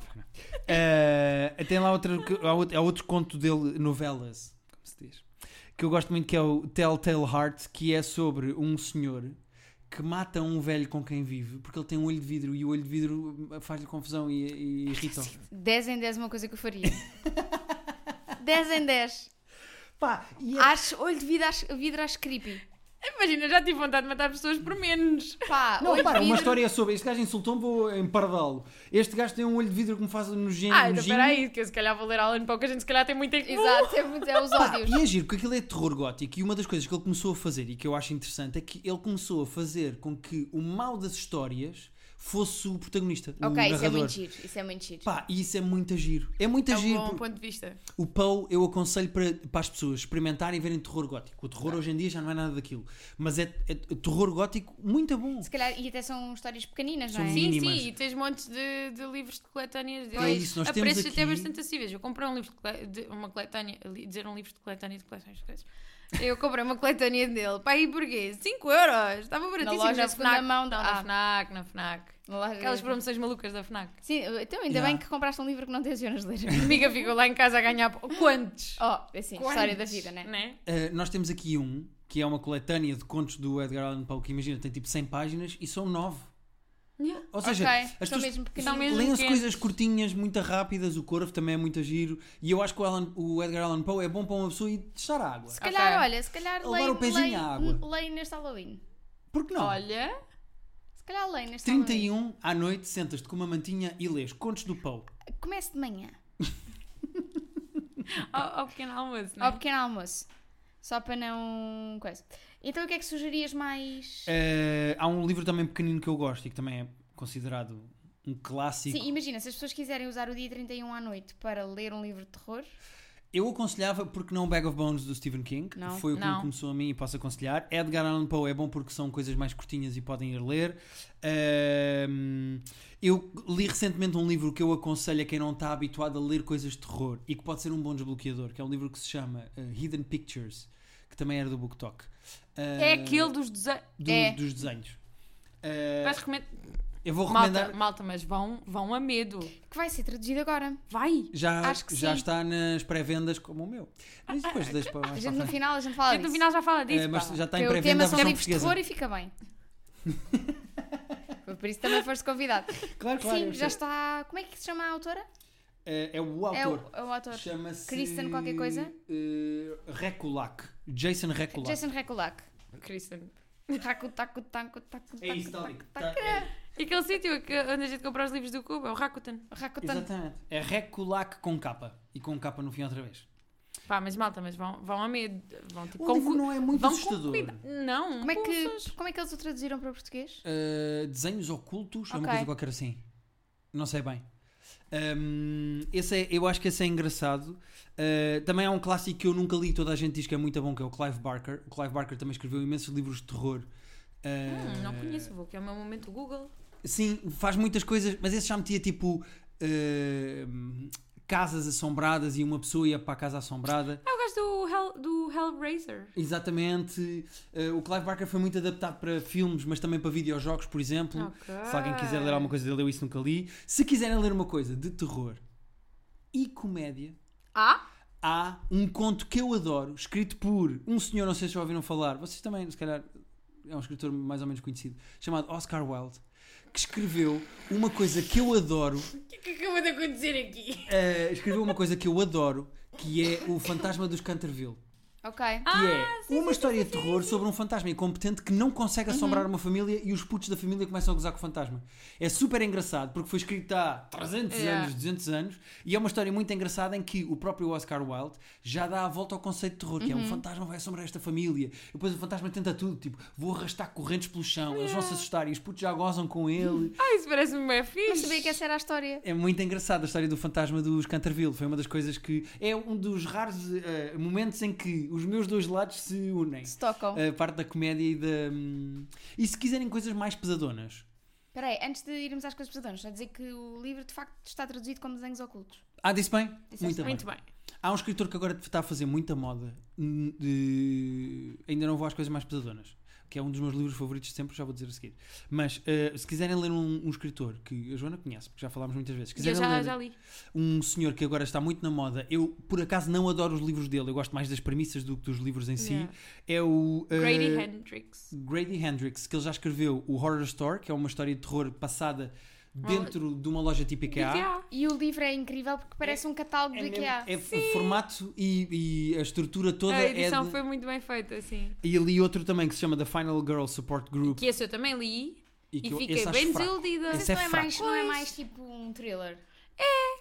C: ah, tem lá outro, que- há outro, há outro conto dele, novelas, como se diz, que eu gosto muito, que é o Telltale Heart, que é sobre um senhor que mata um velho com quem vive porque ele tem um olho de vidro e o olho de vidro eh, faz-lhe confusão e, e irrita-o.
B: 10 em 10 é uma coisa que eu faria. 10 em 10.
C: Pá, e é-
A: Ah,
B: Acho, olho de vidro acho, vidro acho creepy.
A: Imagina, já tive vontade de matar pessoas por menos.
B: Pá,
C: Não,
B: olho
C: repara,
B: de
C: uma
B: vidro.
C: história é sobre este gajo insultou-me, vou empardá-lo. Este gajo tem um olho de vidro que me faz nojento. um
A: Ah, então espera aí, que eu se calhar vou ler Alan Poe, que a gente se calhar tem muito em comum.
B: Exato, é, muito, é os
C: Pá,
B: ódios.
C: e é giro, porque aquilo é terror gótico. E uma das coisas que ele começou a fazer e que eu acho interessante é que ele começou a fazer com que o mal das histórias fosse o protagonista. o
B: Ok, isso é
C: narrador.
B: muito giro. Isso é muito giro.
C: Pá, e isso é muito giro. É muito
A: É um
C: giro.
A: bom
C: porque
A: ponto de vista.
C: O Poe eu aconselho para, para as pessoas experimentarem e verem terror gótico. O terror hoje em dia já não é nada daquilo. Mas é, é terror gótico muito bom.
B: Se calhar, e até são histórias pequeninas, não
C: São
B: é?
C: mini-
A: Sim,
C: mínimas.
A: sim, e tens montes de, de livros de coletâneas deles.
C: É isso, nós
A: a
C: temos
A: preços até
C: aqui-
A: bastante acessíveis. Eu comprei um livro de, cole- de- uma coletânea, li- dizer um livro de coletânea de coleções de coisas. Eu comprei uma coletânea dele. Pá, e porquê? 5 euros! Estava baratíssimo
B: loja
A: na
B: de segunda
A: FNAC.
B: mão,
A: Não,
B: dá.
A: na FNAC, na FNAC.
B: Não lá-
A: Aquelas promoções malucas da FNAC.
B: Sim, então ainda
C: Yeah.
B: bem que compraste um livro que não tens anos de ler.
A: A amiga ficou lá em casa a ganhar. po- Quantos?
B: Oh, assim,
A: Quantos?
B: história da vida, né?
A: Né?
C: Uh, nós temos aqui um que é uma coletânea de contos do Edgar Allan Poe que imagina tem tipo 100 páginas e são 9.
A: Yeah.
C: Ou seja,
B: ok,
C: as
B: são
C: pessoas Então
B: mesmo
A: são
B: pequeninas.
A: mesmo
C: leiam-se
A: pequenos.
C: coisas curtinhas, muito rápidas. O Corvo também é muito giro. E eu acho que o, Alan- o Edgar Allan Poe é bom para uma pessoa ir testar a água.
B: Se calhar,
A: Ok.
B: olha, se calhar
C: Levar o
B: leio,
C: pezinho
B: leio, um
C: à água.
B: leio neste Halloween.
C: Por que não?
A: Olha,
B: Se calhar leio neste Halloween.
C: 31 à noite sentas-te com uma mantinha e lês Contos do Poe.
B: Comece de manhã,
A: ao, ao pequeno almoço, né?
B: ao pequeno almoço. Só para não... coisa. Então o que é que sugerias mais?
C: Uh, há um livro também pequenino que eu gosto e que também é considerado um clássico.
B: Sim, imagina, se as pessoas quiserem usar o dia 31 à noite para ler um livro de terror,
C: Eu aconselhava, porque não Bag of Bones do Stephen King,
B: Não.
C: foi o que
A: Não.
C: me começou a mim e posso aconselhar. Edgar Allan Poe é bom porque são coisas mais curtinhas e podem ir ler. Ahm, eu li recentemente um livro que eu aconselho a quem não está habituado a ler coisas de terror e que pode ser um bom desbloqueador, que é um livro que se chama eh, Hidden Pictures, que também era do BookTok. Ah,
A: É aquele dos desenhos.
C: do-
B: é.
C: dos desenhos. Ah,
A: Vais recomendar.
C: eu vou recomendar.
A: Malta, malta, mas vão, vão a medo.
B: que vai ser traduzido agora.
A: Vai!
C: Já,
B: Acho que
C: já
B: sim. Ah,
C: está nas pré-vendas como o meu. Mas depois deixo para
B: A
C: mais para
B: gente no
C: a frente.
B: final, a gente fala
A: A gente no final já fala disso.
C: Eh, mas
A: pá.
C: já está
B: Que
C: em
B: o
C: pré-venda
B: tema
C: a
B: são
C: versão
B: livros de
C: portuguesa.
B: terror e fica bem. Foi Por isso também foste convidado.
C: Claro, claro. eu
B: Sim, já
C: sei.
B: está. Como é que se chama a autora?
C: É, é o autor.
B: É o, é o autor.
C: Chama-se.
B: Kristen qualquer coisa?
C: eh, Rekulak. Jason Rekulak.
B: Jason Rekulak.
A: Kristen.
B: Raku, taku, taku, taku,
C: É isso, está ali.
B: taku,
C: Tá-
B: taku.
C: é-
A: E Aquele sítio que- onde a gente compra os livros do Cuba, é o Rakuten.
B: Rakutan.
C: Exatamente. É Rekulak com capa. E com capa no fim outra vez.
A: Pá, mas malta, mas vão, vão a medo. Vão tipo
C: O
A: com
C: livro
A: cu-
C: não é muito
A: vão com
C: assustador.
A: cuida- Não,
B: Como é,
A: pulsas.
B: que, como é que eles o traduziram para português?
C: Eh, desenhos ocultos é uma
B: Ok.
C: coisa qualquer assim. Não sei bem. Ahm, esse é, eu acho que esse é engraçado. Eh, também há um clássico que eu nunca li, toda a gente diz que é muito bom, que é o Clive Barker. O Clive Barker também escreveu imensos livros de terror. Eh,
A: Hum, não conheço, vou, que é o meu momento Google.
C: Sim, faz muitas coisas, mas esse já metia tipo eh, casas assombradas e uma pessoa ia para a casa assombrada.
A: É o gajo do, Hell, do Hellraiser.
C: Exatamente. Eh, o Clive Barker foi muito adaptado para filmes, mas também para videojogos, por exemplo.
A: Ok.
C: Se alguém quiser ler alguma coisa dele, eu isso nunca li. Se quiserem ler uma coisa de terror e comédia,
A: Ah?
C: há um conto que eu adoro, escrito por um senhor, não sei se já ouviram falar, vocês também, se calhar, é um escritor mais ou menos conhecido, chamado Oscar Wilde, que escreveu uma coisa que eu adoro,
A: O que é que acabou de acontecer aqui?
C: eh, escreveu uma coisa que eu adoro, que é o Fantasma dos Canterville.
B: Ok.
C: Que
A: Ah,
C: é uma história de terror sobre um fantasma incompetente que não consegue
A: Uhum.
C: assombrar uma família e os putos da família começam a gozar com o fantasma. É super engraçado porque foi escrito há 300
A: Yeah.
C: anos, 200 anos e é uma história muito engraçada em que o próprio Oscar Wilde já dá a volta ao conceito de terror, que é
A: Uhum.
C: um fantasma vai assombrar esta família. Depois o fantasma tenta tudo, tipo, vou arrastar correntes pelo chão, eles vão se assustar e os putos já gozam com ele.
A: Ah, isso parece-me bem fixe.
B: Não sabia que essa era a história.
C: É muito engraçada a história do fantasma dos Canterville. Foi uma das coisas que. É um dos raros eh, momentos em que os meus dois lados se unem
B: Se tocam.
C: a parte da comédia e da. hum, E se quiserem coisas mais pesadonas.
B: Espera aí, antes de irmos às coisas pesadonas, só dizer que o livro de facto está traduzido como desenhos ocultos.
C: Ah, disse bem?
B: Disseste
C: muito bem.
A: Muito bem.
C: Há um escritor que agora está a fazer muita moda. hum, de- Ainda não vou às coisas mais pesadonas. Que é um dos meus livros favoritos de sempre, já vou dizer a seguir. Mas eh, se quiserem ler um, um escritor que a Joana conhece, porque já falámos muitas vezes, se
A: Eu
C: quiserem
A: já,
C: ler
A: já li.
C: um senhor que agora está muito na moda, eu por acaso não adoro os livros dele, eu gosto mais das premissas do que dos livros em si,
A: Yeah.
C: é o. eh,
A: Grady Hendrix.
C: Grady Hendrix, que ele já escreveu o Horror Store, que é uma história de terror passada dentro de uma loja tipo IKEA.
A: Oh, IKEA.
B: E o livro é incrível porque parece um catálogo do IKEA.
C: É f- formato e, e a estrutura toda
A: A
C: é.
A: edição
C: de-
A: foi muito bem feita, assim.
C: E ali outro também que se chama The Final Girl Support Group.
A: Que esse eu também li e,
C: que eu-
A: fiquei
C: esse acho
A: bem
C: fraco.
A: desiludida.
C: Esse
B: Mas não,
C: é
B: é mais, não é
A: fraco.
B: mais tipo um thriller.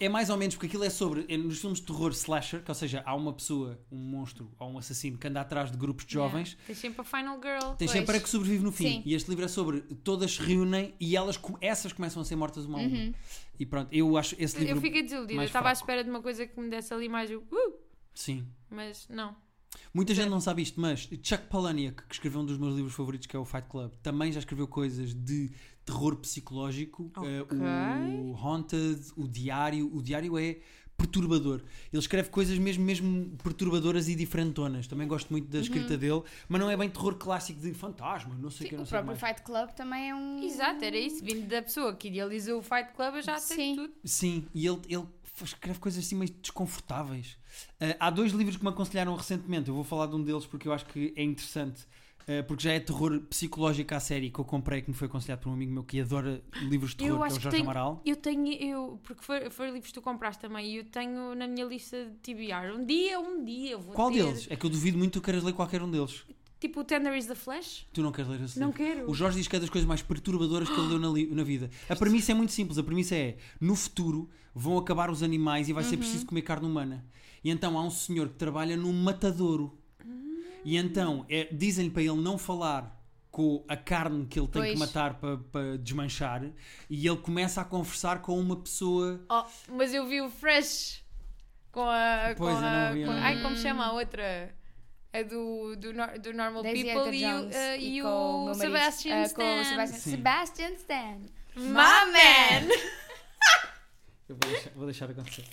C: É mais ou menos, porque aquilo é sobre. é nos filmes de terror slasher, que, ou seja, há uma pessoa, um monstro ou um assassino que anda atrás de grupos de
B: Yeah.
C: jovens.
A: Tens É. sempre a Final Girl.
C: Tem
B: Pois.
C: sempre a que sobrevive no fim.
B: Sim.
C: E este livro é sobre todas se reúnem e elas, co- essas começam a ser mortas uma a uma. E pronto, eu acho esse livro.
A: Eu fiquei desiludida. Eu
C: Tipo, mais
A: estava à
C: fraco.
A: espera de uma coisa que me desse ali mais o. Uh,
C: Sim.
A: mas não.
C: Muita gente não sabe isto, mas Chuck Palahniuk, que escreveu um dos meus livros favoritos, que é o Fight Club, também já escreveu coisas de terror psicológico, eh, o Haunted, o Diário. O Diário é perturbador. Ele escreve coisas mesmo, mesmo perturbadoras e diferentonas. Também gosto muito da escrita dele, mas não é bem terror clássico de fantasma, não sei o que, não
B: o
C: sei o que
B: próprio
C: mais.
B: Fight Club também é um.
A: Exato, era isso. Vindo da pessoa que idealizou o Fight Club, eu já sei
B: Sim.
A: tudo.
C: Sim, e ele, ele escreve coisas assim meio desconfortáveis. Ah, há dois livros que me aconselharam recentemente. Eu vou falar de um deles porque eu acho que é interessante. ah, porque já é terror psicológico à série que eu comprei, que me foi aconselhado por um amigo meu que adora livros de terror,
A: Eu
C: que é o
A: acho
C: Jorge
A: que tenho-
C: Amaral.
A: Eu tenho, eu, porque foi, foi livros que tu compraste também, e eu tenho na minha lista de TBR. Um dia, um dia eu vou
C: Qual
A: ter.
C: deles? É que eu duvido muito que tu queiras ler qualquer um deles.
A: Tipo o Tender is the Flash?
C: Tu não queres ler esse
A: Não
C: livro?
A: quero.
C: O Jorge diz que é das coisas mais perturbadoras que ele deu na, li- na vida. A premissa é muito simples. A premissa é: no futuro vão acabar os animais e vai ser preciso comer carne humana. E então há um senhor que trabalha num matadouro. E então é- dizem-lhe para ele não falar com a carne que ele tem que
B: Pois.
C: matar para, para desmanchar. E ele começa a conversar com uma pessoa.
A: Oh, mas eu vi o Fresh com a.
C: Pois,
A: com
C: eu
A: a
C: não vi,
A: com-
C: eu não
A: ai, como se chama a outra? A do, do, nor- do Normal
B: Daisy
A: People e, o-
B: Edgar-Jones
A: eh, e
B: com meu
A: o
B: marido,
A: Sebastian
B: ah,
A: Stan.
B: com o Sebastian,
C: Sim.
B: Sebastian Stan.
A: My
B: man!
C: Eu vou deixar, vou deixar acontecer.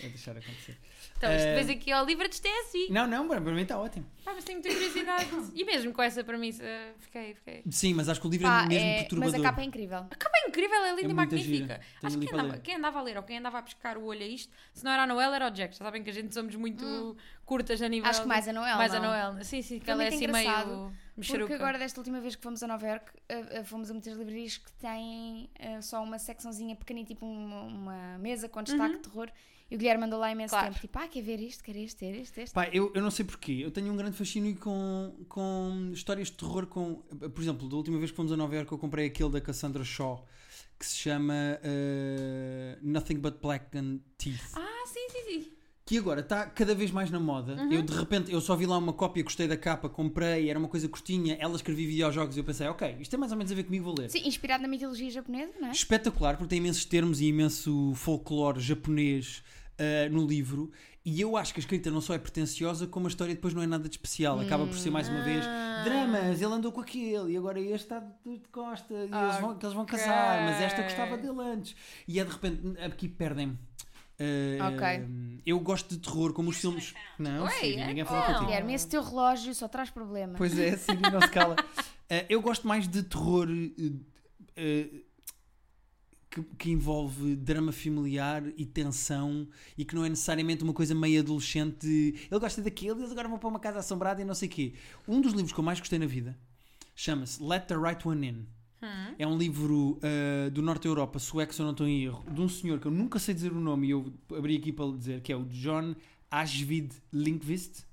C: Vou deixar acontecer.
A: Então, isto
C: Eh,
A: depois aqui ao livro de assim.
C: Não, não, para mim está ótimo.
A: Pá, mas tenho muita curiosidade. E mesmo com essa premissa, fiquei, fiquei.
C: Sim, mas acho que o livro
B: Pá,
C: é mesmo
B: é-
C: perturbador.
B: mas a capa é incrível.
A: Acaba incrível, é linda e
C: É muita
A: magnífica.
C: gira. Tenho
A: Acho
C: ali
A: que
C: para
A: andava,
C: ler.
A: quem andava a ler ou quem andava a pescar o olho a isto, se não era a Noel, era o Jack. Já sabem que a gente somos muito curtas a nível.
B: Hum. Acho que mais a Noel.
A: mais
B: não?
A: a Noel. Sim, sim, que
B: Foi
A: ela é
B: muito
A: assim
B: engraçado,
A: meio.
B: Porque
A: mexeruca.
B: agora, desta última vez que fomos a Nova York, fomos a muitas livrarias que têm ah, só uma secçãozinha pequenina, tipo uma, uma mesa com destaque de terror. E o Guilherme mandou lá imenso
A: Uhum. Claro.
B: tempo, tipo, ah, quer ver isto, quer este, quer este, este.
C: Pá, eu, eu não sei porquê. Eu tenho um grande fascínio com, com histórias de terror. Com, por exemplo, da última vez que fomos a Nova Iorque, eu comprei aquele da Cassandra Shaw que se chama eh, Nothing But Black and Teeth.
A: Ah, sim, sim, sim.
C: Que agora está cada vez mais na moda. Eu de repente eu só vi lá uma cópia, gostei da capa, comprei, era uma coisa curtinha. Ela escrevia videojogos e eu pensei, ok, isto tem mais ou menos a ver comigo, vou ler.
B: Sim, inspirado na mitologia japonesa, não é?
C: Espetacular, porque tem imensos termos e imenso folclore japonês ah, no livro. E eu acho que a escrita não só é pretenciosa, como a história depois não é nada de especial. Acaba por ser mais uma vez
A: Ah.
C: dramas. Ele andou com aquele e agora este está de de costa. E eles, vão, que eles vão casar, mas esta gostava dele antes. E é de repente, aqui perdem-me. Ah,
B: Ok.
C: Eu gosto de terror, como os filmes. Não,
A: Ué,
C: Siri,
A: é
C: ninguém
A: que
C: fala
A: não.
C: contigo.
B: Guilherme, esse teu relógio só traz problema.
C: Pois é, Siri não se cala. Eh, eu gosto mais de terror eh, eh, que, que envolve drama familiar e tensão e que não é necessariamente uma coisa meio adolescente. de, Ele gosta daquilo, eles agora vão para uma casa assombrada e não sei o quê. Um dos livros que eu mais gostei na vida chama-se Let the Right One In. É um livro eh, do Norte da Europa, sueco, se eu não estou em erro, de um senhor que eu nunca sei dizer o nome e eu abri aqui para lhe dizer, que é o John Ashvid Linkvist.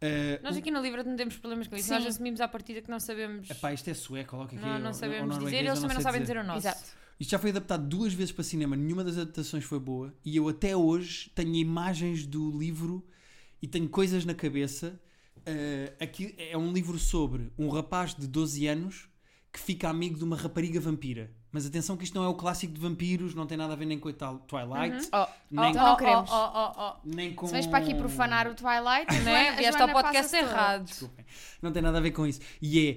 C: Eh,
A: Nós aqui no livro não temos problemas com isso.
B: Sim.
A: Nós assumimos à partida que não sabemos.
C: Epá, isto é sueco, ou lá o que é que é,
A: não,
C: ou-
A: não
C: ou
A: sabemos dizer,
C: norueguês,
A: eles
C: eu
A: também não
C: sei
A: sabem dizer o nosso.
B: Exato.
C: Isto já foi adaptado duas vezes para cinema, nenhuma das adaptações foi boa, e eu até hoje tenho imagens do livro e tenho coisas na cabeça. Eh, aqui é um livro sobre um rapaz de 12 anos que fica amigo de uma rapariga vampira. Mas atenção que isto não é o clássico de vampiros, não tem nada a ver nem com o tal Twilight,
B: Oh,
C: Nem-
B: então não queremos.
A: Oh, oh, oh,
C: nem com...
B: Se vens para aqui profanar o Twilight,
A: oh. Não é? Vieste ao podcast
B: errado.
A: errado.
C: Desculpem. Não tem nada a ver com isso. E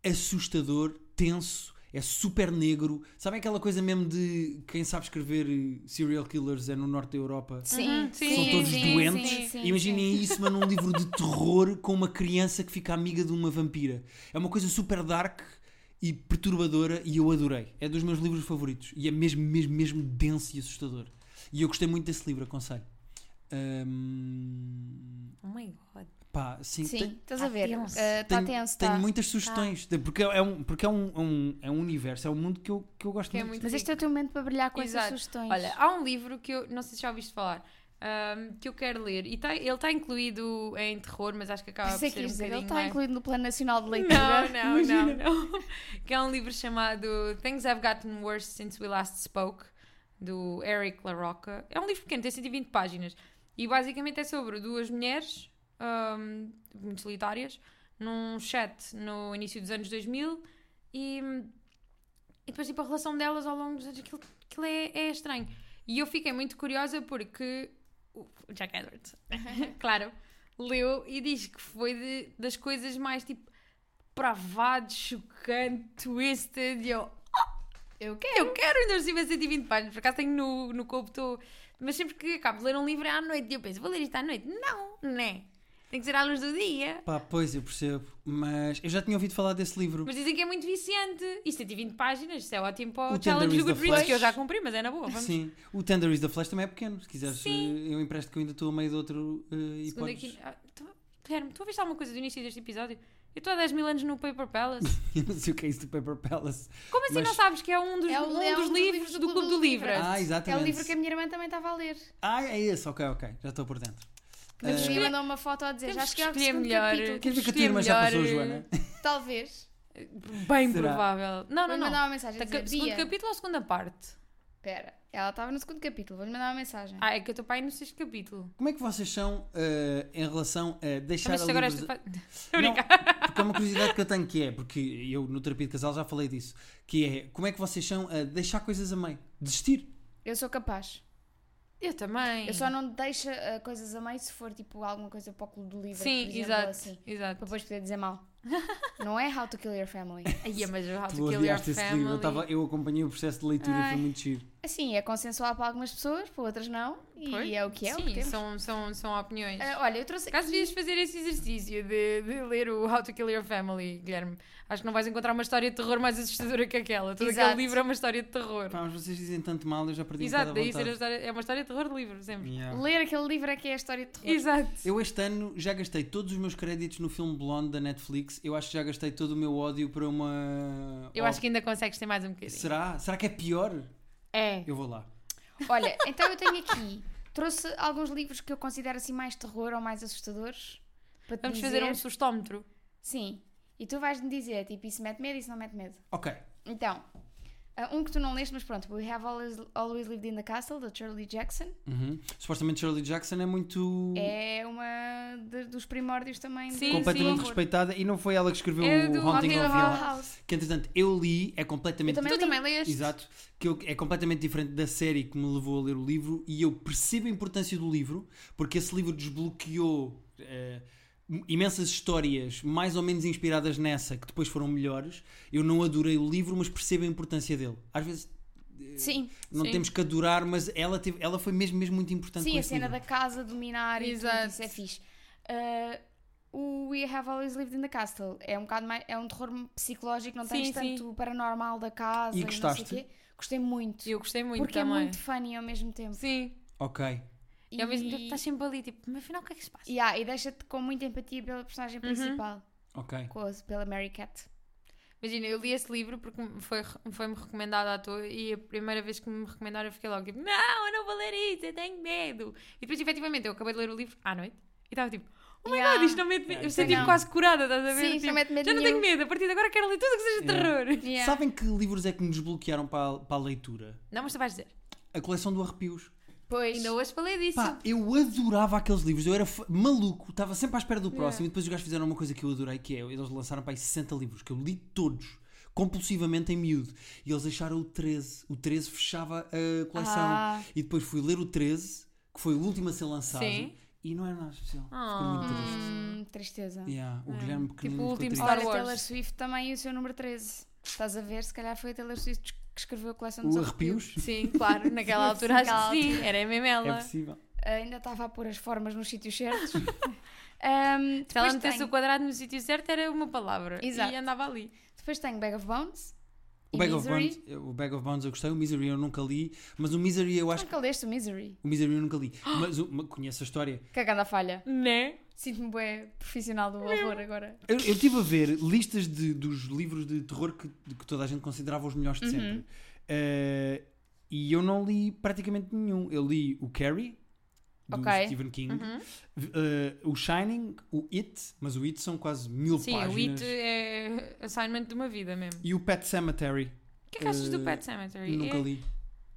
C: é assustador, tenso, é super negro. Sabem aquela coisa mesmo de quem sabe escrever eh, serial killers é no norte da Europa?
B: Sim,
A: Uhum, sim,
C: São todos
A: sim,
C: doentes.
A: sim,
C: Imaginem isso, mas num livro de terror com uma criança que fica amiga de uma vampira. É uma coisa super dark e perturbadora e eu adorei. É dos meus livros favoritos. E é mesmo, mesmo, mesmo denso e assustador. E eu gostei muito desse livro, aconselho. Ahm,
A: Oh my god.
C: pá, sim,
B: Sim,
C: tem-
B: estás
A: tá
B: a ver.
A: tenso.
B: Está
C: tenho,
B: tenso,
C: tenho
B: tá.
C: muitas sugestões, de- porque é um, porque é um, é um, é um universo, é um mundo que eu, que eu gosto
A: Que é
C: muito.
A: muito-
B: Mas este é o teu momento para brilhar com essas
A: Exato.
B: sugestões.
A: Olha, há um livro que eu não sei se já ouviste falar. ahm, que eu quero ler e tá- ele está incluído em terror, mas acho que acaba por
B: Pensei é que
A: ser um
B: ias dizer, ele tá
A: bocadinho
B: está
A: mais...
B: incluído no Plano Nacional de Leitura.
A: Não, não, é um não, não. Que é um livro chamado Things Have Gotten Worse Since We Last Spoke, do Eric LaRocca. É um livro pequeno, tem 120 páginas. E basicamente é sobre duas mulheres, hum, muito solitárias, num chat no início dos anos 2000 e, e depois tipo, a relação delas ao longo dos anos, aquilo, aquilo é, é estranho. E eu fiquei muito curiosa porque o Jack Edwards, claro, leu e diz que foi de- das coisas mais tipo pravado, chocante, twisted. E eu, "Oh,
B: Eu
A: eu quero ainda receber 120 páginas, por acaso tenho no, no corpo, tô- mas sempre que acabo de ler um livro é à noite e eu penso, vou ler isto à noite? Não, né? Tem que ser à luz do dia.
C: Pá, pois eu percebo, mas eu já tinha ouvido falar desse livro.
A: Mas dizem que é muito viciante. E 120 páginas, isso é ótimo para
C: O
A: o,
C: Tender
A: challenge
C: is
A: do
C: the
A: Goodreads,
C: Flash.
A: que eu já cumpri, mas é na boa. Vamos.
C: Sim, o Tender is the Flash também é pequeno. Se quiseres, eh,
A: Sim.
C: eu empresto que eu ainda estou a meio de outro eh, e
A: Segundo
C: podes.
A: aqui. Ah, tu- Guilherme, tu ouviste alguma coisa do início deste episódio? Eu estou há 10 mil anos no Paper Palace.
C: Eu não sei o que é isso do Paper Palace.
A: Como assim
C: Mas-
A: não sabes que é um dos,
B: É o-
A: um
B: é
A: dos livros do Clube do um Livro?
B: Livro.
C: Ah,
B: É
C: exatamente.
B: o livro que a minha irmã também estava a ler.
C: Ah, é esse, ok, ok. Já estou por dentro.
B: Que nos
C: Eh,
B: me mandou uma foto a dizer,
A: Temos que
B: já
A: é
B: cheguei ao
A: escolher
B: segundo
A: melhor.
B: capítulo.
C: Quer dizer é que a
A: Escolher
C: tua irmã já
A: melhor,
C: passou,
A: eh,
C: Joana?
B: Talvez.
A: Bem
C: Será?
A: provável. Não, não,
B: Vou-lhe
A: não.
B: mandar uma mensagem a
A: Tá,
B: dizer,
A: ca- segundo
B: Bia,
A: capítulo ou segunda parte?
B: Pera, ela estava no segundo capítulo, vou-lhe mandar uma mensagem.
A: Ah, é que eu estou para aí no sexto capítulo.
C: Como é que vocês são eh, em relação a
A: Ah,
C: deixar
A: mas
C: a
A: isto agora
C: livros-
A: esta parte. Estou a
C: Não,
A: brincar.
C: porque é uma curiosidade que eu tenho que é, porque eu no terapia de casal já falei disso, que é como é que vocês são a deixar coisas a meio, desistir.
B: Eu sou capaz.
A: Eu também.
B: Eu só não deixo ah, coisas a meio se for tipo alguma coisa para o clube do livro,
A: Sim,
B: por exemplo,
A: exato.
B: assim. Para
A: Exato.
B: depois poder dizer mal. não é How to Kill Your Family.
A: Aí é mas o How to
C: Tu
A: Kill Your
C: odiaste esse livro, eu,
A: Family.
C: tava- eu acompanhei o processo de leitura,
B: Ai.
C: foi muito giro.
B: Assim, é consensual para algumas pessoas, para outras não. E
A: Pois,
B: é o que é. o que
A: Sim,
B: temos.
A: são, são, são opiniões.
B: Ah, olha, eu trouxe
A: Caso
B: aqui...
A: devias fazer esse exercício de, de ler o How to Kill Your Family, Guilherme, acho que não vais encontrar uma história de terror mais assustadora que aquela. Todo
B: Exato.
A: aquele livro é uma história de terror.
C: Pá, mas vocês dizem tanto mal, eu já perdi
A: Exato,
C: um
A: daí
C: bocado a
A: ser a
C: vontade.
A: história, é uma história de terror de livro, sempre.
C: Yeah.
B: Ler aquele livro é que é a história de terror.
A: Exato.
C: Eu este ano já gastei todos os meus créditos no filme Blonde da Netflix. Eu acho que já gastei todo o meu ódio para uma.
A: Eu acho que ainda consegues ter mais um bocadinho.
C: Será? Será que é pior?
A: É.
C: Eu vou lá.
B: Olha, então eu tenho aqui... Trouxe alguns livros que eu considero assim mais terror ou mais assustadores. Para te
A: Vamos
B: dizer.
A: fazer um sustómetro.
B: Sim. E tu vais-me dizer, tipo, isso mete medo, isso não mete medo.
C: Ok.
B: Então, ah, um que tu não leste, mas pronto. We Have Always, always Lived in the Castle, da Shirley Jackson.
C: Uhum. Supostamente Shirley Jackson é muito.
B: É uma de- dos primórdios também. do-
A: Sim,
C: completamente
A: sim.
C: respeitada e não foi ela que escreveu
A: É do
C: o Haunting
A: Haunting
C: of
A: of
C: Hill
A: Hill
B: House.
C: que entretanto eu li é completamente
B: Eu também
A: tu
B: li.
A: também leste.
C: exato que eu- é completamente diferente da série que me levou a ler o livro e eu percebo a importância do livro porque esse livro desbloqueou eh, imensas histórias mais ou menos inspiradas nessa que depois foram melhores eu não adorei o livro mas percebo a importância dele às vezes
B: Sim,
C: não
A: Sim.
C: temos que adorar mas ela teve- ela foi mesmo mesmo muito importante
B: sim
C: com
B: a
C: esse
B: cena
C: livro.
B: da casa dominar e tudo,
A: Exato.
B: isso é fixe. Ah, o We Have Always Lived in the Castle é um bocado mais, é um terror psicológico, não tens
A: Sim, sim.
B: tanto paranormal da casa
C: E
B: não sei
C: gostaste?
B: quê. Gostei muito.
A: Eu gostei muito
B: porque
A: também.
B: é muito funny ao mesmo tempo.
A: Sim.
C: ok
A: E ao mesmo tempo estás sempre ali, tipo, mas afinal o que é que se passa?
B: Yeah, e deixa-te com muita empatia pela personagem
A: Uhum.
B: principal,
C: ok
B: com a- pela Mary Cat.
A: Imagina, eu li esse livro porque me foi, foi-me recomendado à toa e a primeira vez que me recomendaram eu fiquei logo tipo, não, eu não vou ler isso, eu tenho medo. E depois, efetivamente, eu acabei de ler o livro à noite e estava tipo, oh my
B: Yeah.
A: god, isto não mete medo.
C: Yeah,
A: Eu
C: isto é
A: senti-me
B: não.
A: quase curada, estás a ver?
B: Sim, isto
A: Tipo,
B: não mete medo
A: já não tenho
B: nenhum.
A: medo, a partir de agora quero ler tudo o que seja de
C: Yeah.
A: terror.
B: Yeah.
C: sabem que livros é que nos desbloquearam para a- para a leitura
A: Não, mas tu vais dizer.
C: a coleção do arrepios
B: Pois.
A: Ainda hoje falei disso.
C: Pá, eu adorava aqueles livros, eu era f- maluco, estava sempre à espera do próximo e depois os gajos fizeram uma coisa que eu adorei, que é, eles lançaram para aí 60 livros, que eu li todos, compulsivamente em miúdo, e eles deixaram o 13, o 13 fechava a coleção,
B: Ah.
C: e depois fui ler o 13, que foi o último a ser lançado,
A: Sim.
C: e não era nada especial, ficou
A: Ah.
C: muito triste.
B: Hum, tristeza.
C: Yeah, o Guilherme pequenino
A: Tipo o
C: ficou
A: último
C: triste.
A: Star
B: Olha,
A: Wars.
B: Taylor Swift também e o seu número 13. Estás a ver? Se calhar foi a Taylor Swift que escreveu a coleção dos
C: O
B: arrepios.
C: arrepios,
A: Sim, claro, naquela altura acho
B: Naquela
A: que sim, era mesmo
C: Tipo, é
A: ela.
C: possível.
B: Ainda estava a pôr as formas nos sítios certos.
A: Se
B: Ahm,
A: Então ela
B: depois,
A: metesse o
B: tenho,
A: quadrado no sítio certo era uma palavra
B: Exato.
A: e andava ali.
B: depois tenho Bag of Bones.
C: O
B: e
C: Bag, of
B: Misery.
C: Bones, o Bag of Bones eu gostei, o Misery eu nunca li, mas o Misery eu acho que...
B: Nunca leste o Misery.
C: O Misery eu nunca li, mas o- conheço a história.
B: Cagando a falha.
A: Né?
B: Sinto-me bem profissional do horror agora.
C: Eu, eu estive a ver listas de- dos livros de terror que, de que toda a gente considerava os
A: Uhum.
C: melhores de sempre. Eh, e eu não li praticamente nenhum. Eu li o Carrie, do
B: Ok.
C: Stephen King,
A: Uhum.
C: v- eh, o Shining, o It, mas o It são quase mil
A: Sim, o
C: páginas.
A: It é assignment de uma vida mesmo.
C: E o Pet Cemetery.
A: O que é que achas do
C: Eh,
A: Pet Cemetery?
C: Nunca
A: É-
C: li.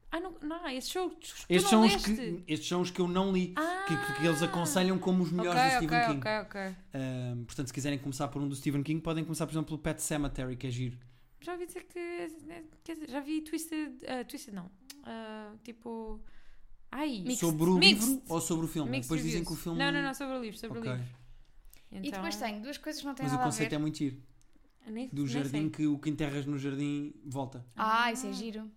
A: Ah, não, não esses são os que
C: Estes
A: tu
C: são,
A: não
C: os
A: leste.
C: que, estes são os que eu não li, que, que- que eles
A: Ah!
C: aconselham como os melhores do
A: ok,
C: Stephen
A: ok,
C: King.
A: ok, ok.
C: Ahm, portanto, se quiserem começar por um do Stephen King, podem começar, por exemplo, pelo Pet Cemetery, que é giro.
A: Já ouvi dizer que. né, Quer dizer, já vi Twisted. ah, Twisted não. Ah, tipo. Ai,
B: Mixed.
C: Sobre o
A: Mixed.
C: livro ou sobre o filme?
A: mixed
C: Depois dizem
A: reviews.
C: que o filme.
A: Não, não, não, sobre o livro, sobre
C: Ok.
A: o livro.
B: E depois
A: Então,
B: tenho duas coisas que não têm
C: Mas o
B: nada a
C: conceito
B: ver.
C: é muito giro.
A: nem-
C: Do
A: nem
C: jardim
A: sei.
C: que o que enterras no jardim volta.
B: Ah, isso é giro.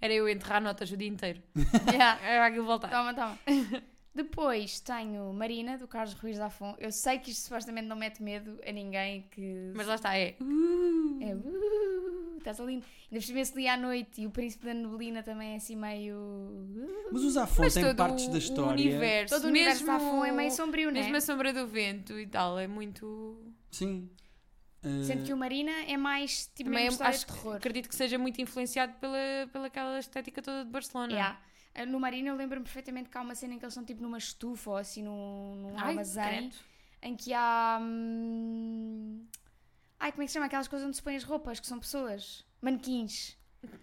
A: Era eu enterrar notas o dia inteiro.
B: Yeah.
A: Era aquilo voltar.
B: Toma, toma. Depois tenho Marina, do Carlos Ruiz da Afon. Eu sei que isto supostamente não mete medo a ninguém que.
A: Mas lá está, é.
B: É. Uh, estás ali. Ainda por cima esse dia à noite e o Príncipe da Neblina também é assim meio. uh.
C: Mas os Afon
A: Mas
C: têm
A: todo
C: partes
A: o-
C: da
A: O
C: história.
A: universo,
B: Todo o universo
A: mesmo,
B: da Afon é meio sombrio, né?
A: Mesmo a sombra do vento e tal, é muito.
C: Sim. Ah,
B: Sendo que o Marina é mais tipo
A: Também
B: mesmo
A: é,
B: história
A: acho que
B: de terror.
A: acredito que seja muito influenciado pela, pela aquela estética toda de Barcelona.
B: Yeah. Ah, No Marina eu lembro-me perfeitamente que há uma cena em que eles estão tipo numa estufa ou assim num, num
A: Ai,
B: armazém
A: credo.
B: em que há. hum, Ai, como é que se chama? Aquelas coisas onde se põem as roupas, que são pessoas. Manequins.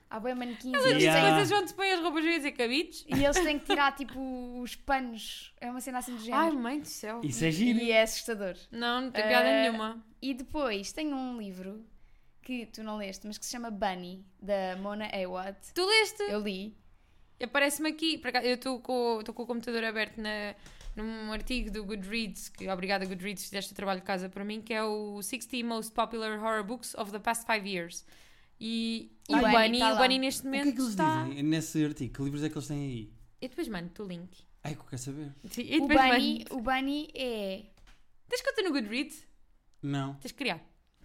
B: Há bem manequins.
A: Elas dizem
C: Yeah.
A: coisas onde se põem as roupas, eu ia dizer cabides.
B: E eles têm que tirar tipo os panos. É uma cena assim do
A: Ai,
B: género.
A: mãe do céu.
C: Isso é giro.
B: E é assustador.
A: Não, não tem piada
B: Eh,
A: nenhuma.
B: E depois tem um livro que tu não leste, mas que se chama Bunny, da Mona Awad.
A: Tu leste?
B: Eu li.
A: Aparece-me aqui. por acaso, Eu estou com, estou com o computador aberto na, num artigo do Goodreads, que obrigada Goodreads, fizeste o trabalho de casa para mim, que é o 60 Most Popular Horror Books of the Past 5 Years. E, e
B: Ah,
A: o
B: bem,
A: Bunny,
B: tá
A: o
B: lá.
A: Bunny neste
C: O que
A: momento
C: é que eles
A: está...
C: dizem nesse artigo? Que livros é que eles têm aí?
A: Eu depois mando-te o link.
C: Ai, que eu quero saber.
A: Sim, eu
B: O
A: depois
B: Bunny,
A: mando.
B: o Bunny é.
A: Tens conta no Goodreads?
C: Não.
A: Tens de criar.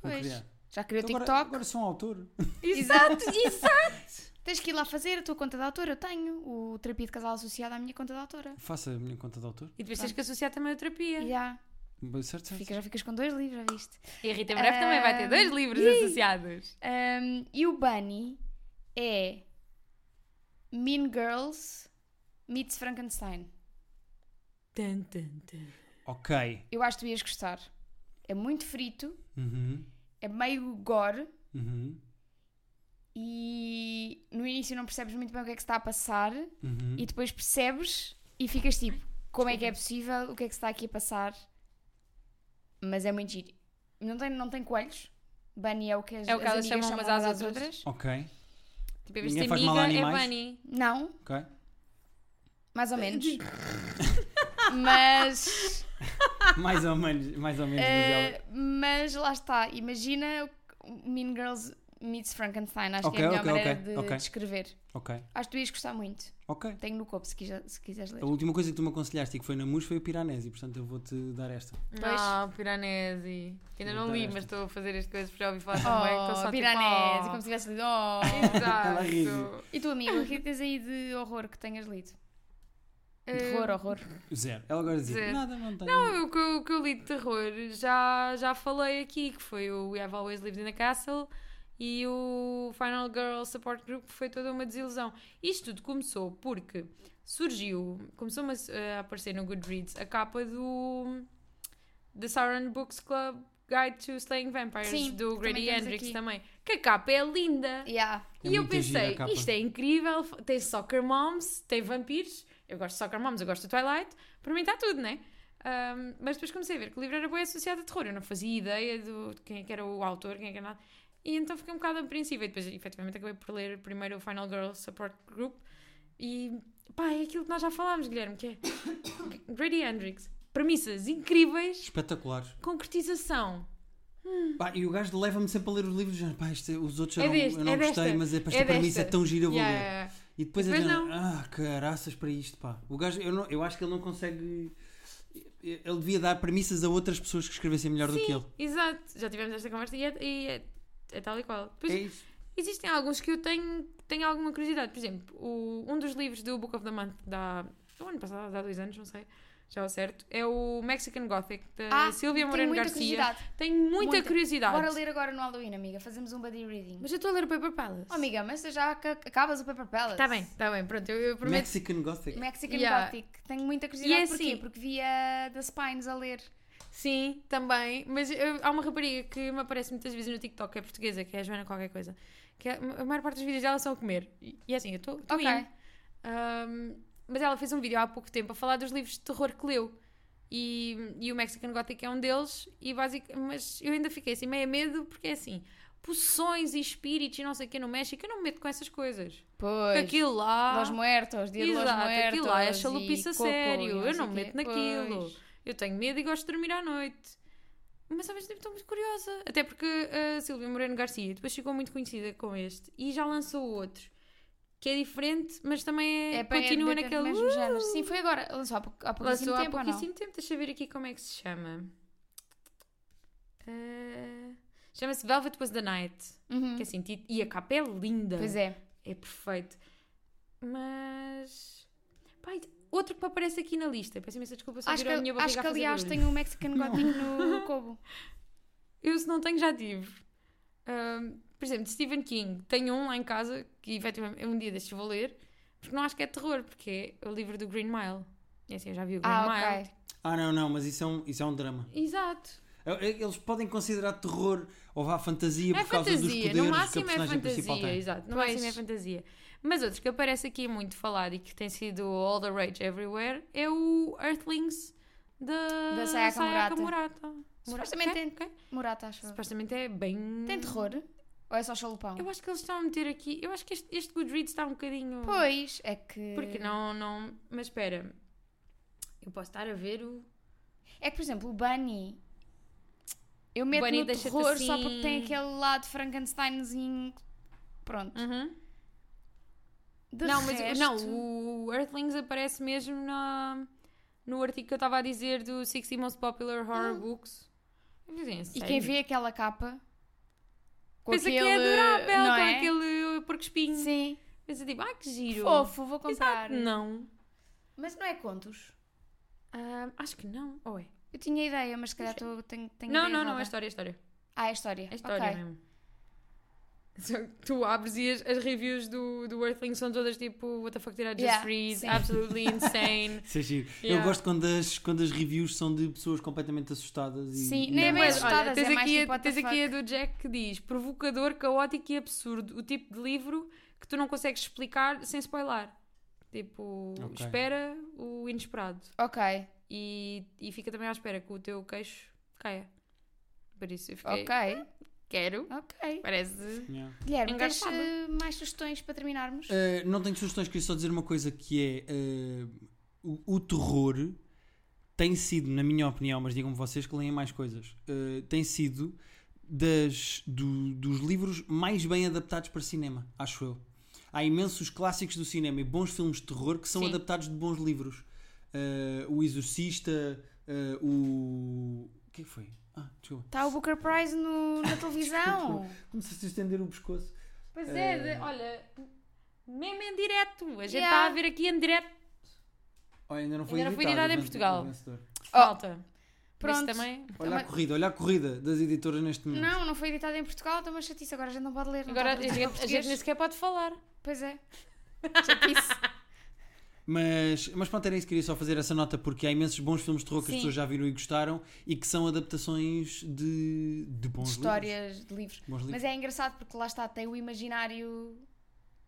C: Vou
B: Pois.
C: criar.
B: Já criou o
C: Então
B: TikTok.
C: Agora, agora sou um autor.
A: Exato, exato.
B: Tens que ir lá fazer a tua conta de autora. Eu tenho o terapia de casal associado à minha conta de autora.
C: Faça a minha conta de autor.
A: E depois tens que associar também a terapia.
B: E já,
C: Bem, Certo, certo.
B: fica, já ficas com dois livros, já viste?
A: E a Rita em breve também vai ter dois livros associados.
B: Um, e o Bunny é Mean Girls meets Frankenstein.
A: Tan, tan, tan.
C: Ok.
B: Eu acho que tu ias gostar. É muito frito,
C: Uhum.
B: é meio gore
C: Uhum.
B: e no início não percebes muito bem o que é que se está a passar
C: Uhum.
B: e depois percebes e ficas tipo, como é que é possível, o que é que se está aqui a passar. Mas é muito giro. Não tem, não tem coelhos. Bunny é o que as,
A: É o que
B: as
A: elas
B: amigas
A: chamam umas às outras.
C: Ok.
A: Tipo, em vez de
C: Ninguém
A: ter
C: faz mal a
A: amiga, é
C: animais?
A: Bunny.
B: Não,
C: Ok.
B: mais ou menos. mas,
C: Mais ou menos. Mais ou menos.
B: eh,
C: diz
B: mas lá está. Imagina o Mean Girls meets Frankenstein. Acho que
C: Ok,
B: é a melhor
C: ok,
B: maneira
C: ok,
B: de
C: ok.
B: descrever.
C: ela. Ok.
B: Acho que tu ias gostar muito.
C: Ok.
B: Tenho no copo se, quiser- se quiseres ler.
C: A última coisa que tu me aconselhaste e que foi na MUS foi o Piranesi, portanto eu vou-te dar esta.
B: Pois.
A: Ah, Piranesi. Que Ainda não
C: Vou dar
A: li,
C: esta.
A: mas estou a fazer as coisas porque já ouvi falar também. Estou
B: Oh,
A: só
B: Piranesi,
A: tipo,
B: como
A: oh.
B: se tivesse lido. Oh.
C: Ela ri.
A: Exato.
B: e tu, amigo, o que é que tens aí de horror que tenhas lido?
A: Eh,
B: Terror, horror.
C: Zero. Ela agora dizia:
A: Zero.
C: Nada, não tenho.
A: Não, o que, eu, o que eu li de terror já, já falei aqui, que foi o We Have Always Lived in a Castle e o Final Girl Support Group, que foi toda uma desilusão. Isto tudo começou porque surgiu, começou-me a, s- a aparecer no Goodreads a capa do The Siren Books Club Guide to Slaying Vampires,
B: Sim,
A: do
B: também
A: Grady
B: temos
A: Hendrix
B: aqui.
A: também, que a capa é linda.
B: Eh, Yeah.
C: É
A: e eu
C: muito gira a
A: pensei,
C: capa.
A: isto é incrível, f- tem soccer moms, tem vampiros, eu gosto de soccer moms, eu gosto do Twilight, para mim está tudo, né? Ahm, mas depois comecei a ver que o livro era bem associado a terror, eu não fazia ideia do, de quem é que era o autor, quem é que era nada, e então fiquei um bocado apreensiva, e depois efetivamente acabei por ler primeiro o Final Girl Support Group, e pá, é aquilo que nós já falámos, Guilherme, que é Grady Hendrix, premissas incríveis,
C: Espetaculares.
A: concretização,
C: Pá, e o gajo leva-me sempre a ler os livros. já, Pá, este- os outros
A: É
C: eram-
A: deste,
C: eu não
A: é
C: gostei,
A: desta,
C: mas é para
A: é
C: esta premissa é
A: desta.
C: tão gira, eu vou
A: Yeah,
C: ler.
A: yeah, yeah.
C: E depois,
A: Depois
C: a
A: não.
C: não. Ah, caraças para isto, pá. O gajo, eu, não- eu acho que ele não consegue. Ele devia dar premissas a outras pessoas que escrevessem melhor do que ele.
A: exato, já tivemos esta conversa e é, e é- é tal e qual. Depois,
C: É isso.
A: Existem alguns que eu tenho, tenho alguma curiosidade. Por exemplo, o- um dos livros do Book of the Month da, do ano passado, há dois anos, não sei, já ao certo, é o Mexican Gothic, da
B: Ah,
A: Eh, Silvia
B: tenho
A: Moreno
B: muita
A: Garcia.
B: curiosidade.
A: Tenho muita,
B: Muita.
A: curiosidade.
B: Bora ler agora no Halloween, amiga. Fazemos um buddy reading.
A: Mas eu estou a ler o Paper Palace.
B: Oh, amiga, mas tu já ac- acabas o Paper Palace. é
A: Está Tá bem, está bem, pronto, eu, eu prometo.
C: Mexican Gothic.
B: Mexican
A: Yeah.
B: Gothic. Tenho muita curiosidade.
A: E é
B: Porquê?
A: assim.
B: Porque via The Spines a ler.
A: Sim, também. Mas eu- há uma rapariga que me aparece muitas vezes no TikTok, é, que é portuguesa, que é a Joana qualquer coisa. Que a, a maior parte dos vídeos dela são a comer. E, e assim, eu estou
B: Ok.
A: okay. Ahm, mas ela fez um vídeo há pouco tempo a falar dos livros de terror que leu. E, e o Mexican Gothic é um deles. E basic, mas eu ainda fiquei assim, meio a medo, porque é assim: poções e espíritos e não sei o que no México, eu não me meto com essas coisas.
B: Pois.
A: Aquilo lá.
B: Los Muertos, dia de Los
A: Exato,
B: Muertos.
A: aquilo lá é
B: e
A: chalupice a
B: Coco e
A: sério. Eu
B: sei
A: não
B: o
A: me
B: quê.
A: meto naquilo.
B: Pois.
A: Eu tenho medo e gosto de dormir à noite. Mas ao mesmo tempo estou muito curiosa. Até porque a Silvia Moreno Garcia depois ficou muito conhecida com este e já lançou outro. Que é diferente, mas também é,
B: É para
A: continua
B: dentro do
A: naquele. "Uh!".
B: mesmo género. Sim, foi agora. Lançou há, pou- há pouquíssimo
A: Lançou há
B: tempo, ou não?
A: pouquíssimo tempo. Deixa eu ver aqui como é que se chama. Ah, Chama-se Velvet Was the Night.
B: Uhum.
A: Que é assim, ti- e a capa é linda.
B: Pois é.
A: É perfeito. Mas. Pai, outro que me aparece aqui na lista. Peço imensa desculpa se
B: Acho que,
A: ouviram a minha barriga
B: acho
A: a
B: que
A: fazer
B: aliás
A: barulho.
B: tem um Mexican Gothic no Kobo.
A: Eu, se não tenho, já tive. Ahm, por exemplo, de Stephen King, tenho um lá em casa que efetivamente um dia destes vou ler, porque não acho que é terror, porque é o livro do Green Mile. É assim, eu já vi o Green
B: Ah,
A: Mile.
B: ok.
C: Ah, não, não, mas isso é um, isso é um drama.
A: Exato.
C: É- é- Eles podem considerar terror ou vá fantasia
A: é
C: por causa dos
A: fantasia,
C: poderes
A: no
C: que a
A: máximo é
C: personagem principal
A: fantasia,
C: tem.
A: exato, no
B: Pois.
A: máximo é fantasia. Mas outros que aparece aqui muito falado e que tem sido all the rage everywhere é o Earthlings da,
B: Da Sayaka Murata.
A: Murata. Murata,
B: Supostamente
A: ok,
B: tem-
A: ok.
B: Murata, acho eu.
A: Supostamente é bem...
B: Tem terror? Ou é só chalupão?
A: Eu acho que eles estão a meter aqui, eu acho que este, este Goodreads está um bocadinho...
B: Pois, é que...
A: Porque não, não... Mas espera, eu posso estar a ver o...
B: É que, por exemplo, o Bunny... Eu meto
A: Bunny
B: no
A: deixa-te
B: terror só
A: assim-
B: porque tem aquele lado Frankensteinzinho... Pronto.
A: Uhum.
B: De
A: não, mas
B: resto-
A: não, o Earthlings aparece mesmo na, no artigo que eu estava a dizer do 60 Most Popular Horror Books. Eu dizia,
B: Ah. E
A: sério?
B: quem vê aquela capa... Com
A: pensa
B: aquele...
A: que é adorável
B: não
A: com
B: é?
A: aquele porco espinho.
B: Sim.
A: Pensa tipo, ah, que giro.
B: Fofo, vou comprar.
A: Exato, não.
B: Mas não é contos?
A: Ah, acho que não, ou é?
B: Eu tinha ideia, mas se calhar tô, tenho, tenho
A: Não,
B: ideia
A: não, não,
B: errada.
A: é história, é história.
B: Ah, é história.
A: É história
B: Ok.
A: mesmo. Só que Tu abres e as, as reviews do, do Earthlings são todas tipo, what the fuck did I just
B: Yeah,
A: read?
B: sim.
A: Absolutely insane.
C: Isso é giro. Eu
A: Yeah.
C: gosto quando as, quando as reviews são de pessoas completamente assustadas e
B: Sim,
C: e
B: nem é
C: não-
B: bem
A: Mas,
B: assustadas,
A: olha, tens,
B: é mais
A: aqui,
B: tipo,
A: a,
B: what the
A: tens aqui a do Jack que diz provocador, caótico e absurdo. O tipo de livro que tu não consegues explicar sem spoiler. Tipo,
C: Ok.
A: espera o inesperado.
B: Ok,
A: E, e fica também à espera que o teu queixo caia. Por isso eu fiquei.
B: ok,
A: Quero.
B: ok.
A: Parece.
C: Yeah.
B: Guilherme, tens
A: Engraçado.
B: eh, mais sugestões para terminarmos?
C: Uh, não tenho sugestões, queria só dizer uma coisa que é uh, o, o terror tem sido, na minha opinião, mas digam-me vocês que leem mais coisas, uh, tem sido das, do- dos livros mais bem adaptados para cinema, acho eu. Há imensos clássicos do cinema e bons filmes de terror que são
A: Sim.
C: adaptados de bons livros. Uh, o Exorcista, uh, o. O que é que foi? Ah, desculpa.
B: Está o Booker Prize no, na televisão.
C: Comecei a estender o pescoço.
A: Pois é,
C: Eh.
A: de- olha, mesmo em direto. A gente
B: Yeah.
A: está a ver aqui em direto.
C: Oh, ainda não foi
A: Ainda não foi editado em
C: o ven- o
A: Portugal.
C: vencedor.
A: Falta. Pronto.
B: Pronto.
A: também.
C: Olha a
B: Também-
C: corrida, olha a corrida das editoras neste momento.
B: Então não, não foi editado em Portugal, então uma chatice. Agora a gente não pode ler. não
A: Agora a
B: está
A: gente,
B: traduzido
A: a gente
B: para português.
A: nem sequer pode falar.
B: Pois é. Chatice.
C: Mas, mas pronto, era isso. Queria só fazer essa nota porque há imensos bons filmes de terror que as
B: Sim.
C: pessoas já viram e gostaram e que são adaptações de, de
B: De
C: bons livros.
B: histórias, de livros.
C: Bons livros.
B: Mas é engraçado porque lá está, tem o imaginário.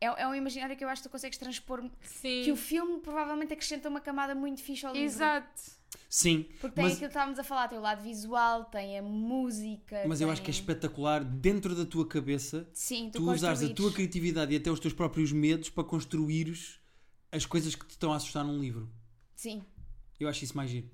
B: É, é um imaginário que eu acho que tu consegues transpor.
A: Sim.
B: Que o filme provavelmente acrescenta uma camada muito fixe ao livro.
A: Exato.
C: Sim,
B: Porque tem
C: Mas-
B: aquilo que estávamos a falar, tem o lado visual, tem a música.
C: mas eu
B: tem-
C: acho que é espetacular dentro da tua cabeça
B: Sim, tu,
C: tu usares a
B: construíres.
C: tua criatividade e até os teus próprios medos para construires as coisas que te estão a assustar num livro.
B: Sim.
C: Eu acho isso mais giro.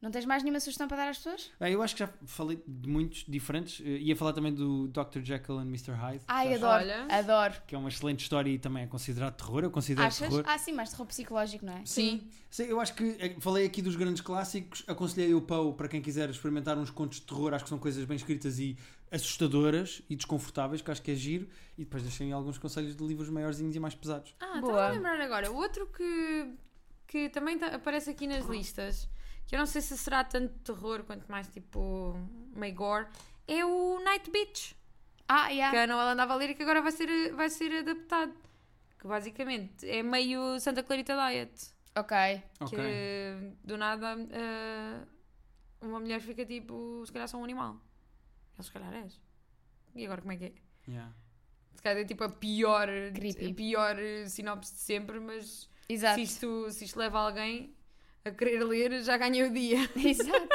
B: Não tens mais nenhuma sugestão para dar às pessoas?
C: Ah, eu acho que já falei de muitos diferentes. Eh, ia falar também do Dr. Jekyll and Mr. Hyde.
B: Ai,
C: que acho
B: adoro,
A: Olha.
B: adoro.
C: Que é uma excelente história e também é considerado terror. Eu considero
B: Achas?
C: terror.
B: Ah, sim, mais terror psicológico, não é?
A: Sim.
C: Sim, eu acho que eh, falei aqui dos grandes clássicos. Aconselhei o Poe para quem quiser experimentar uns contos de terror. Acho que são coisas bem escritas e assustadoras e desconfortáveis, que acho que é giro. E depois deixei alguns conselhos de livros maiorzinhos e mais pesados.
A: Ah,
B: Boa.
A: estava a lembrar agora. Outro que, que também tá- aparece aqui nas listas, que eu não sei se será tanto terror quanto mais tipo meio gore, é o Night Beach,
B: Ah,
A: que
B: yeah.
A: a Noela andava a ler e que agora vai ser, vai ser adaptado. Que basicamente é meio Santa Clarita Diet.
B: ok.
A: Que do nada ah, uma mulher fica tipo, se calhar sou um animal. Ele se calhar és. E agora como é que é? Se calhar é tipo a pior,
B: Creepy.
A: a pior eh, sinopse de sempre, mas
B: Exato.
A: se isto, se isto leva alguém a querer ler, já ganhei o dia.
B: Exato.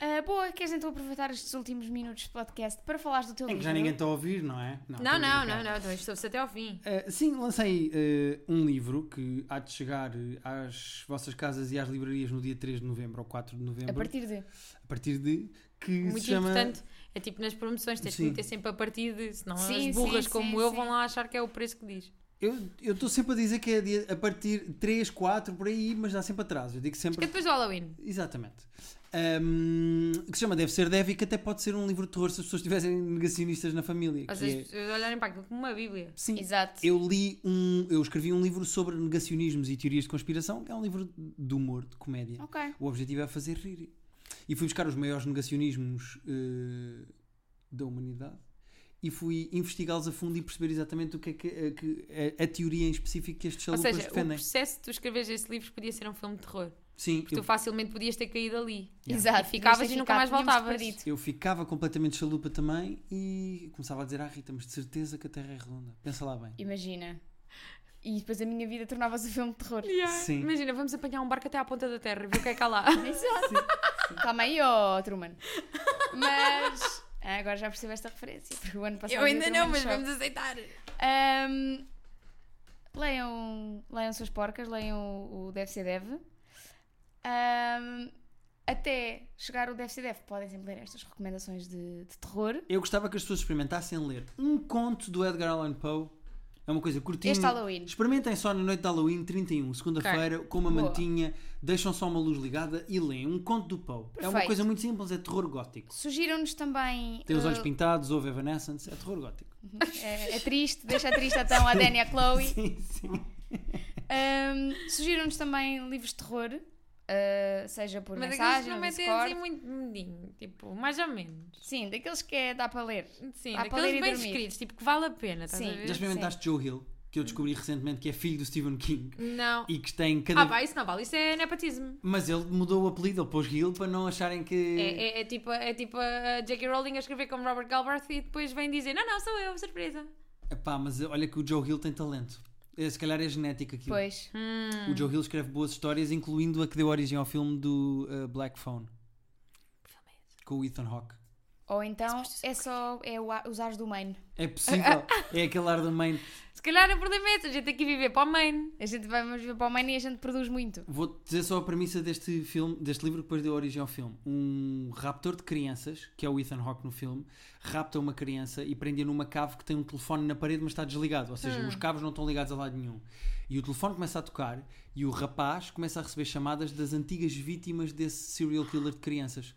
B: Ah, boa, queres então aproveitar estes últimos minutos de podcast para falares do teu
C: É
B: livro?
C: que já ninguém está a ouvir, não é?
A: Não,
C: estou a
A: não,
C: brincar.
A: não, não, então isto ouve-se até ao fim.
C: Uh, sim, lancei uh, um livro que há de chegar eh, às vossas casas e às livrarias no dia 3 de novembro ou 4 de novembro.
B: A partir de.
C: a partir de. Que
A: Muito
C: se chama.
A: importante. É tipo nas promoções, tens
C: Sim.
A: que meter sempre a partir de, senão
B: Sim,
A: as burras
B: sim,
A: como
B: sim,
A: eu
B: sim.
A: vão lá achar que é o preço que diz.
C: Eu eu estou sempre a dizer que é dia- a partir 3, 4, por aí, mas dá sempre atraso. Eu
A: Porque
C: digo sempre.
A: depois do Halloween.
C: Exatamente. Um, que se chama Deve Ser Deve e que até pode ser um livro de terror se as pessoas tivessem negacionistas na família.
A: Às
C: que
A: vezes
C: é-
A: as pessoas olharem para aquilo como uma bíblia.
C: Sim,
B: Exato.
C: Eu li um. Eu escrevi um livro sobre negacionismos e teorias de conspiração, que é um livro de humor, de comédia.
B: Ok.
C: O objetivo é fazer rir. E fui buscar os maiores negacionismos eh, da humanidade e fui investigá-los a fundo e perceber exatamente o que é que, eh, que- eh, a, teoria em específico que estes
A: Ou
C: chalupas
A: seja, o
C: Então, defendem.
A: processo de tu escreveres esse livro podia ser um filme de terror.
C: Sim,
A: Porque
C: eu,
A: tu facilmente podias ter caído ali.
C: Yeah.
B: Exato.
A: E ficavas
B: Devias ter
A: e nunca mais
B: ficado, tínhamos-te
A: voltavas.
B: perdido.
C: eu ficava completamente chalupa também e começava a dizer à Rita, mas de certeza que a Terra é redonda. Pensa lá bem.
B: Imagina. E depois a minha vida tornava-se um filme de terror.
C: Sim.
A: Imagina, vamos apanhar um barco até à ponta da terra e ver o que é que há lá.
B: Exato. Calma aí, ó Truman. Mas. ah, agora já percebo esta referência. Porque o ano passado.
A: eu ainda
B: vi o
A: não,
B: Truman
A: mas
B: Show.
A: vamos aceitar.
B: Ahm, leiam, leiam suas porcas, leiam o, o Deve Ser Deve. Ahm, até chegar o Deve Ser Deve, podem sempre ler estas recomendações de, de terror.
C: Eu gostava que as pessoas experimentassem ler um conto do Edgar Allan Poe. É uma coisa curtinha.
B: Este Halloween.
C: Experimentem só na noite de Halloween, 31, segunda-feira, com uma
B: Boa.
C: mantinha, deixam só uma luz ligada e leem um conto do Poe. É uma
B: Perfeito.
C: coisa muito simples, é terror gótico.
B: Sugiram-nos também.
C: Tem os
B: uh,
C: olhos pintados, ouve Evanescence, é terror gótico.
B: é, é triste, deixa triste então a Dani e a Chloe.
C: Sim, sim.
B: Ahm, Sugiram-nos também livros de terror, uh, seja por
A: Mas aqueles
B: mensagem,
A: não
B: no
A: metem
B: Discord.
A: assim muito medinho. Tipo, mais ou menos.
B: Sim, daqueles que é, dá para ler.
A: Sim,
B: Dá para ler
A: daqueles
B: e
A: bem
B: dormir.
A: escritos, tipo, que vale a pena, estás
B: Sim.
A: a ver?
C: Já experimentaste Joe Hill, que eu descobri recentemente que é filho do Stephen King
A: Não.
C: e que tem cada.
A: Ah, pá, isso não vale, isso é nepotismo.
C: Mas ele mudou o apelido, ele pôs Hill para não acharem que.
A: É, é- é tipo, é tipo a J.K. Rowling a escrever como Robert Galbraith e depois vem dizer: Não, não, sou eu, surpresa.
C: Epá, mas olha que o Joe Hill tem talento. É, Se calhar é genética aquilo.
B: Pois.
A: Hum.
C: O Joe Hill escreve boas histórias, incluindo a que deu origem ao filme do uh, Black Phone. Com o Ethan Hawke.
B: Ou então é só é o ar- os ares do Maine.
C: É possível. é aquele ar do main.
A: Se calhar o problema é esse, a gente tem que viver para o Maine.
B: A gente vai vamos viver para o Maine e a gente produz muito.
C: Vou dizer só a premissa deste filme, deste livro que depois deu origem ao filme. Um raptor de crianças, que é o Ethan Hawke no filme, rapta uma criança e prende-a numa cave que tem um telefone na parede, mas está desligado. Ou
A: Hum.
C: seja, os cabos não estão ligados a lado nenhum. E o telefone começa a tocar e o rapaz começa a receber chamadas das antigas vítimas desse serial killer de crianças.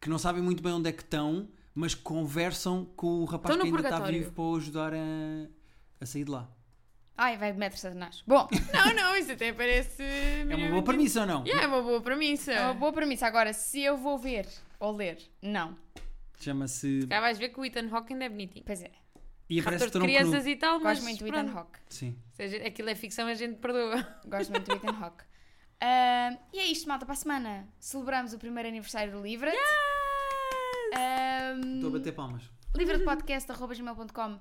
C: Que não sabem muito bem onde é que estão, mas conversam com o rapaz
A: Estão
C: que
A: no
C: ainda está
A: purgatório.
C: vivo para o ajudar a, a sair de lá.
B: Ai, vai de metro Satanás. Bom,
A: Não, Ah, não, isso até parece.
C: É uma boa premissa ou não?
A: Yeah, é uma boa premissa.
B: é uma boa premissa. Agora, se eu vou ver ou ler, não.
C: Chama-se.
A: Cá vais ver que o Ethan Hawke ainda é bonitinho.
B: Pois é,
C: E aparece
A: Raptor de
C: tronco nu.
A: crianças e tal, mas.
B: gosto muito do
A: pronto.
B: Ethan Hawke.
C: Sim.
A: Se a gente- aquilo é ficção, a gente perdoa.
B: Gosto muito do Ethan Hawke. Ahm, e é isto, malta, para a semana. Celebramos o primeiro aniversário do Ah, Livra.
C: Estou a bater palmas.
B: Livradepodcast.com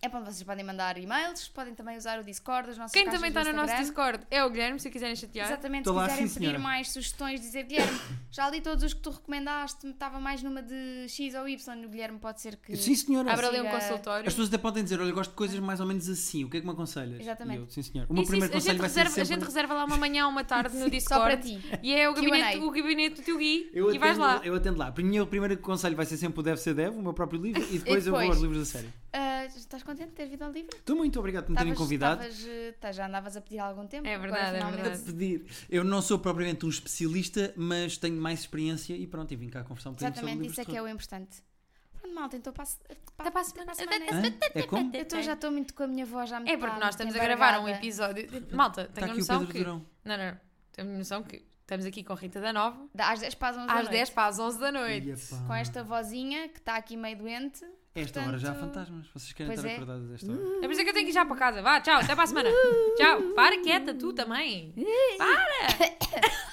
B: é para onde vocês podem mandar e-mails, podem também usar o Discord, os nossos
A: Quem também está no nosso Discord é o Guilherme, se quiserem chatear.
B: Exatamente,
C: Tô
B: se
C: lá,
B: quiserem
C: sim,
B: pedir
C: senhora.
B: mais sugestões, dizer Guilherme, já li todos os que tu recomendaste, estava mais numa de X ou Y, o Guilherme pode ser que.
C: Sim, senhora.
A: Abra ali um
B: Siga-
C: As
A: consultório.
C: pessoas até podem dizer, olha, eu gosto de coisas mais ou menos assim, o que é que me aconselhas?
B: Exatamente.
C: E eu, sim, senhor. O
A: Isso,
C: meu
A: isso,
C: primeiro
A: a,
C: conselho
A: gente
C: vai ser
A: reserva, a
C: sempre...
A: gente reserva lá uma manhã ou uma tarde no Discord.
B: Só para ti.
A: E é o
B: Q&A.
A: gabinete, o gabinete do teu Gui.
C: Eu
A: e vais
C: atendo,
A: lá.
C: Eu atendo lá. O meu primeiro conselho vai ser sempre o Deve Ser Deve, o meu próprio livro, e depois, eu vou
B: depois?
C: aos livros a sério.
B: Ah, estás contente de ter vindo ao livro?
C: Estou muito obrigado por me terem convidado.
B: estavas, eh, tá, já andavas a pedir há algum tempo.
A: É
B: agora
A: verdade, é
B: finalmente-
A: verdade.
C: Pedir. Eu não sou propriamente um especialista, mas tenho mais experiência e pronto, e vim cá conversar um bocadinho
B: Exatamente, isso é
C: sobre
B: que é
C: livros
B: o importante. Pronto, malta, então passo.
A: Até para a semana. então
C: é... é como?
B: Eu tô- já estou muito com a minha voz já me
A: É porque
B: tá
A: nós estamos a
B: muito
A: gravar um
B: embargada.
A: episódio. Malta,
C: Está
A: tenho
C: Tá aqui o
A: noção
C: Pedro
A: um que.
C: Durão.
A: Não, não. Tenho noção que estamos aqui com Rita da Nova
B: Da- Às 10 para as 11 da
A: às
B: noite.
A: 10 para as 11 da
C: Ia,
A: noite.
C: pá.
B: Com esta vozinha que está aqui meio doente.
C: Esta hora já há
B: portanto-
C: fantasmas. Vocês querem
B: Pois
C: estar
B: é.
C: acordados a esta hora.
A: É por isso que eu tenho que ir já para casa. Vá, tchau, até para a semana. tchau. Para quieta, tu também. Para!